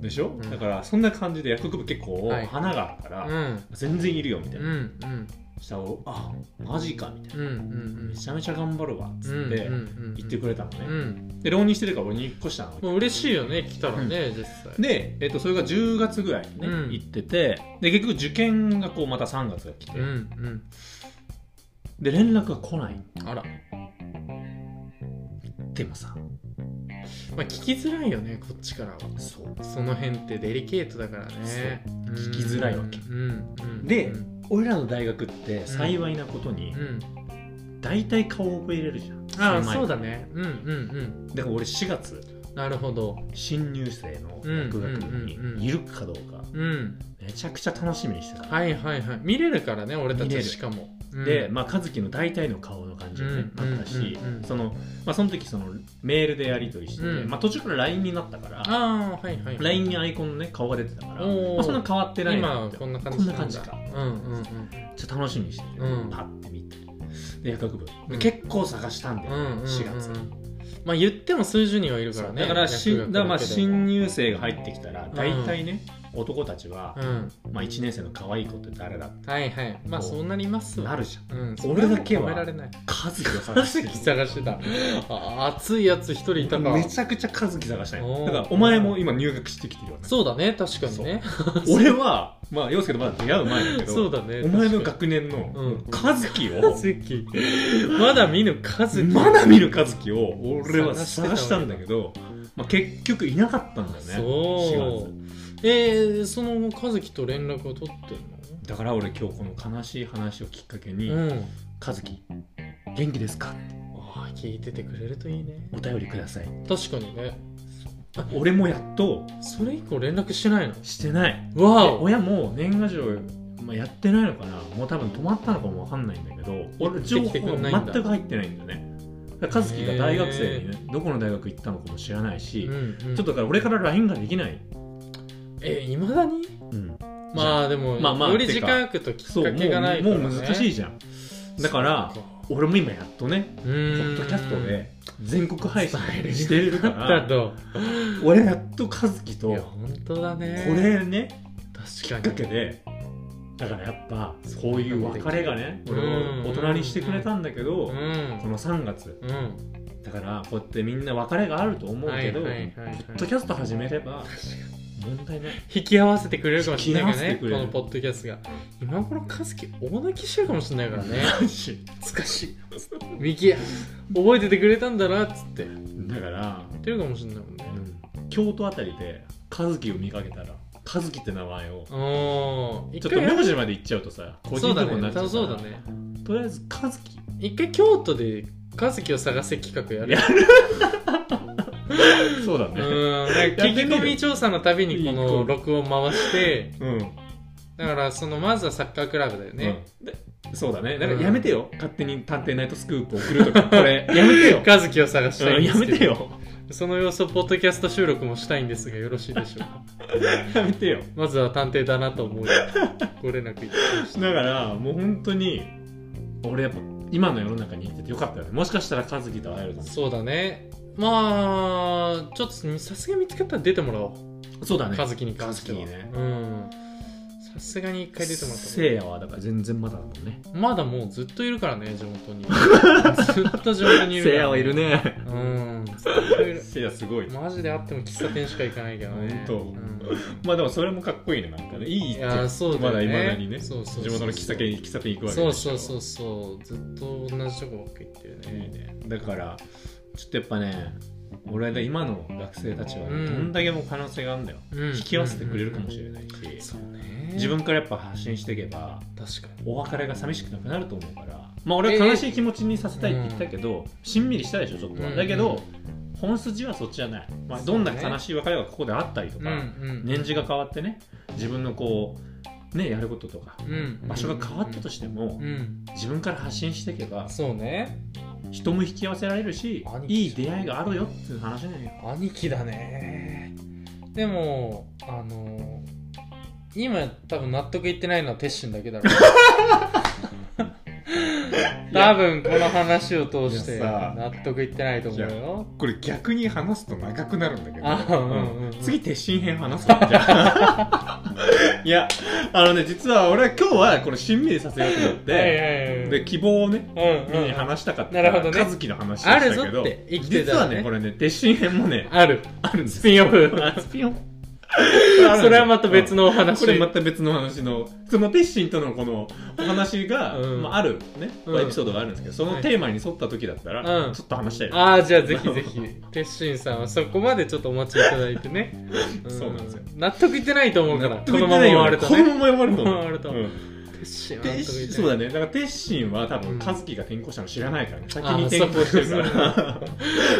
でしょ、
ん
だからそんな感じで薬学部結構
はい
花があるから、
だうん
全然いるよみた
う
い
ん
な、
うん
したら俺あマジかみたいな、
うんうん
めちゃめちゃ頑張るわっつ
うん
って
うん
言ってくれたのね、
うん
で浪人してるから俺に1個したの、
もう嬉しいよね来たらね実際
で、えっとそれが10月ぐらいにね、
うん
行っててで結局受験がこうまた3月が来て、
うん
で連絡が来ない
うんあら
でもさ
まあ聞きづらいよねこっちからは
そう
その辺ってデリケートだからね
聞きづらいわけ
うんうん
で
うん
俺らの大学って幸いなことに
うん
大体顔を覚えれるじゃん、
ああ
の前
そうだねうんうんうん
だから俺4月
なるほど
新入生の薬学部
うんうんうんうん
にいるかどうか
うん
めちゃくちゃ楽しみにしてた、
はいはいはい見れるからね俺た
見れ
ち
る
しかもうん
で、まあ、和樹の大体の顔の感じがね、
うん
あったし、
うんうんうん
そのまあ、その時そのメールでやり取りしてて、
うん
まあ、途中から LINE になったから
ああはいはい
LINE にアイコンの、ね、顔が出てたから、ま
おー
あ、そんな変わってないな
今
って
こんな感じ
こんな感じ
なんだ
か
うんうん
ちょっと楽しみにしてて、
うん
パッて見てで薬学部、
うん
結構探したんだよ、
うんうんうんうん
4月、
まあ言っても数十人はいるか
そ
ら
う
ね
だからしだ
薬学だけで
からまあ
も
新入生が入ってきたら大体ね、男たちは、
うん
まあ、1年生の可愛い子って誰だっ
はいはいまあそうなります
てな
わ
るじゃん
うん
俺だけは
それも止められ ない
和樹が探
探
してる
してたあ熱いやつ一人いたか
めちゃくちゃ和樹探した
お
よ
ー
だからお前も今入学してきてるよね
そうだね確かにね
俺はまあ陽介とまだ出会う前だけど
そうだね
お前の
確か
学年の
うん
和樹
に
を
和樹まだ見ぬ和樹
まだ見る和樹を俺は
探してたわ
探したんだけどまあ、結局いなかったんだよね
そ
4月
うえー、その後和樹と連絡は取ってん
だから俺今日この悲しい話をきっかけに「
のうん
和樹元気ですか?」って
ああ聞いててくれるといいね
お便りください
確かにね
俺もやっと
それ以降連絡してないの
してない
わお
親も年賀状、まあ、やってないのかなもう多分止まったのかもわかんないんだけど俺情
できてく
報
んない
が
んだ
全く入ってないんだよねだから和樹が大学生にねどこの大学行ったのかも知らないし、
うんうん
ちょっとだから俺から LINE ができない、
えいまだに
うん、
まあでも、
まあまあ
より時間空くときっ
そう
か
も
けがないから、
う
ね、
もう難しいじゃんだから
そう
俺も今やっとね
ポ
ポ
ッ
ッドキャストで全国配信
伝える
してるか
だ
ら
と
俺やっと和樹と
いや
こ
本当だね
れね
確
き
か
っかけ
に
でだからやっぱこういう別れがね
うん
俺を大人にしてくれたんだけど
うん
この3月
うん
だからこうやってみんな別れがあると思うけどポ
はいはいはいはい
ッドキャスト始めれば問題ない
引き合わせてくれるかもしれないからね
引き合わせて
こ
くれ
の
る
ポッドキャストが今頃和樹大泣きしてるかもしれないからね
マジ
懐かしいミキ覚えててくれたんだなっつって言っ
だから
てるかもしれないもんね
京都あたりで和樹を見かけたら和樹って名前を
おー
ち
一
ょっと
回や
名字まで行っちゃうとさ個
そ
人
うだ
情報にな
ね
っちゃうから
そうだね
とりあえず和樹
一回京都で和樹を探せ企画やる
やそうだ
う
ね
んなんか聞き込み調査のたびにこ
いい
の
子
録音回して
うん
だからそのまずはサッカークラブだよね、
うんでそうだねだからやめてよ勝手に「探偵ナイトスクープ」送るとかこれ やめてよ
和樹を探したい
うんん
で
や
すけど
めてよ
その様子をポッドキャスト収録もしたいんですがよろしいでしょうか
やめてよ
まずは探偵だなと思いご連絡いただきました
だからもう本当に俺やっぱ今の世の中にいててよかったよねもしかしたら和樹と会えるかも
そうだねまあちょっとさすがに見つかったら出てもらおう
そうだ
和樹に関しては
和樹にね
うんさすがに一回出てもらった
せいやはだから全然まだだもんね
まだもうずっといるからね地 元にずっと地元にいるから、
せいやはいるね
うんずっといる
せいやすごい
マジであっても喫茶店しか行かないけどね
本
当、
まあでもそれもかっこいいねなんかねいい
いやーそうだ
ま
よ
だ
ね
いまだにね
そうそうそう
地元の喫茶店喫茶店行くわけ
そう
でし
そ
ょ
うそうそうずっと同じとこばっか行ってる
いい
ね
ねだからちょっとやっぱね俺は今の学生たちはど
うん
んだけも可能性があるんだよ、
うん
引き合わせてくれるかもしれないし、
そうね
自分からやっぱ発信していけば
確かに
お別れが寂しくなくなると思うからまあ俺は悲しい気持ちにさせたいって言ったけど、しんみりしたでしょちょっとは、
うん
だけど本筋はそっちじゃない、まあ、どんな悲しい別れがここであったりとか、
うん
年次が変わってね自分のこうねやることとか
うん
場所が変わったとしても、
うん
自分から発信していけば
そうね
人も引き合わせられるし
兄貴
いい出会いがあるよっていう話なんよ
兄貴だねでもあの今多分納得いってないのは鉄心だけだ ろう多分この話を通して
いやさ
納得いってないと思うよ
これ逆に話すと長くなるんだけ
あうんうんうん
次鉄心編話すかじ ゃあいやあのね実は俺は今日はこのしんみりさせようと思って、
はいはいはい
で希望をね
うん
みんな
う
に
ん
話したかった
なるほどね
和樹の話をしたけど
あるぞって生きてた
実
ら
は
ね
ねこれね鉄心編もね
ある
あるんです
スピンオフ
あスピンオフ
それはまた別のお話
これまた別の話のその鉄心とのこのお話が、
うん
まあ、あるね、
うん
エピソードがあるんですけどそのテーマに沿った時だったら、
うん
ちょっと話したいよ、
ああじゃあぜひぜひ鉄心さんはそこまでちょっとお待ちいただいてね、
そうなんですよ
納得いってないと思うから
納
こ
得い
の
って
まま
ない
終
よ
わると
この
ね
まま終わると思う
このまま終わると
うん
鉄心は納
鉄
得いって
そう
ない
だねだから鉄心は多分
うん
和樹が転校したの知らないからね先
あ
に転校してるから
そう
和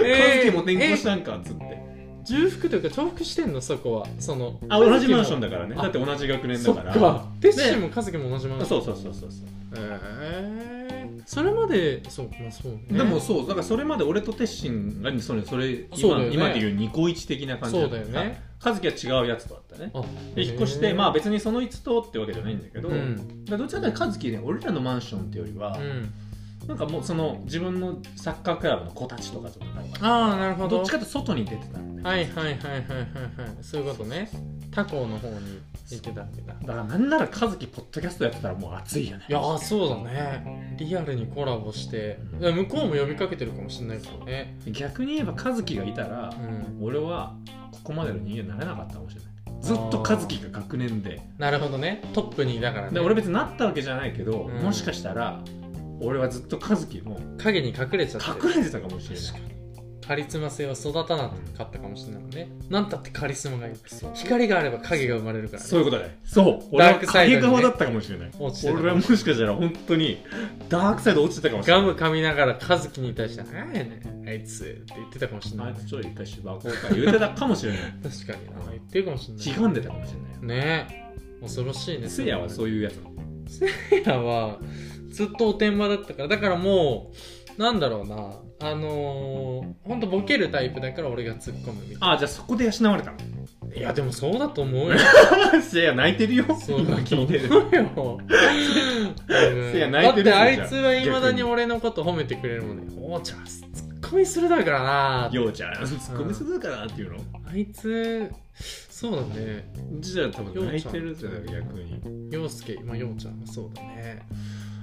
えー
樹も転校したんかっつって、
重複というか重複してんのそこはその
あ同じマンション
だ
だからね
あ
だって同じ学年
そ
だ
っ
から
か鉄心も和樹も同じマンション
そうそうそうそうそう
えーそれまでそうまあそうね
でもそうだからそれまで俺と鉄心がそれそれ
そう
今,、
だよね
今でいう二個一的な感じ
そうだ
っ
よ
た
ね
和樹は違うやつとあったね
あ
で引っ越して、まあ別にそのいつとってわけじゃないんだけど、
うん
だからどちらかというと和樹ね俺らのマンションっていうよりは、
うん
なんかもうその自分のサッカークラブの子たちとかとなんか
ああなるほど
どっちかというと外に出てたんだよ
はいはいはいはいはいはいそういうことね他校の方に行ってたわけだ
だからなんなら和樹ポッドキャストやってたらもう熱いよね
いやーそうだねリアルにコラボして
うん
いや向こうも呼びかけてるかもしれないからね
逆に言えば和樹がいたら、
うん
俺はここまでの人間になれなかったかもしれないずっと和樹が学年で
なるほどねトップにだからね
で俺別になったわけじゃないけど、
うん
もしかしたら俺はずっと和樹も
影に隠れちゃってる
隠れてたかもしれない
確かにカリスマ性は育たなかったかもしれないもんねなんたってカリスマがいる光があれば影が生まれるから、ね、
そういうことだね。そう。俺は
ダークサイド
影
にね
側だったかもしれない。
落ちてた
俺はもしかしたら本当にダークサイド落ちてたかもしれ
ガ
ない。
ム噛みながら和樹に対して「あやねんあいつ」って言ってたかもしれな
あ
い
いつちょい一回芝公開言うてたかもしれない。
確かにな言ってるかもしれない
違うんでたかもしれないよ。
ねえ恐ろしいね
せいやはそういうやつなの。
せいやはずっとおてんばだったからだからもうなんだろうなあのー、ほんとボケるタイプだから俺が突っ込むみた
ああ、じゃあそこで養われたの。
いないやでもそうだと思うよ
せいや泣いてるよ。
そう
今
だと
聞
思
いうてる。
よ
せいや
うん
泣
だ
い
ってて
るじゃん
あいつはいまだに俺のこと褒めてくれるもんねおーちゃんツッコミ鋭いからな
ようちゃん、ツッコミするからっていうの
あいつそうだね
じゃあ多分泣いてるんじゃない逆に。
陽介まあ陽ちゃんはそうだね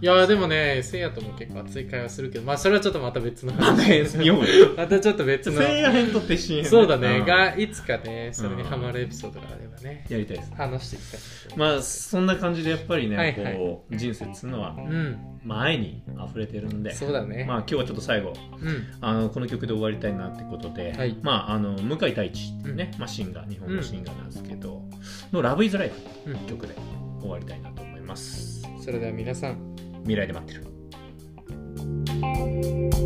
いやでもねせいやとも結構熱い会話するけどまあそれはちょっとまた別の話
見 ようよ。
またちょっと別の
せいや編と鉄心編。
そうだね、
んや
がいつかねそれにハマるエピソードがあればね、
りたいです。
話していきたい
まあそんな感じでやっぱりね、
はいはい
こう人生っつうのは
うん
まあ愛に溢れてるんで、
そうだね、
まあ今日はちょっと最後
うん
あのこの曲で終わりたいなってことで、
はい
まああの向井太一っていうね、まあシンガー日本のシンガーなんですけど、のラブイズライフ
うん
曲で終わりたいなと思います。
それでは皆さん
未来で待ってる。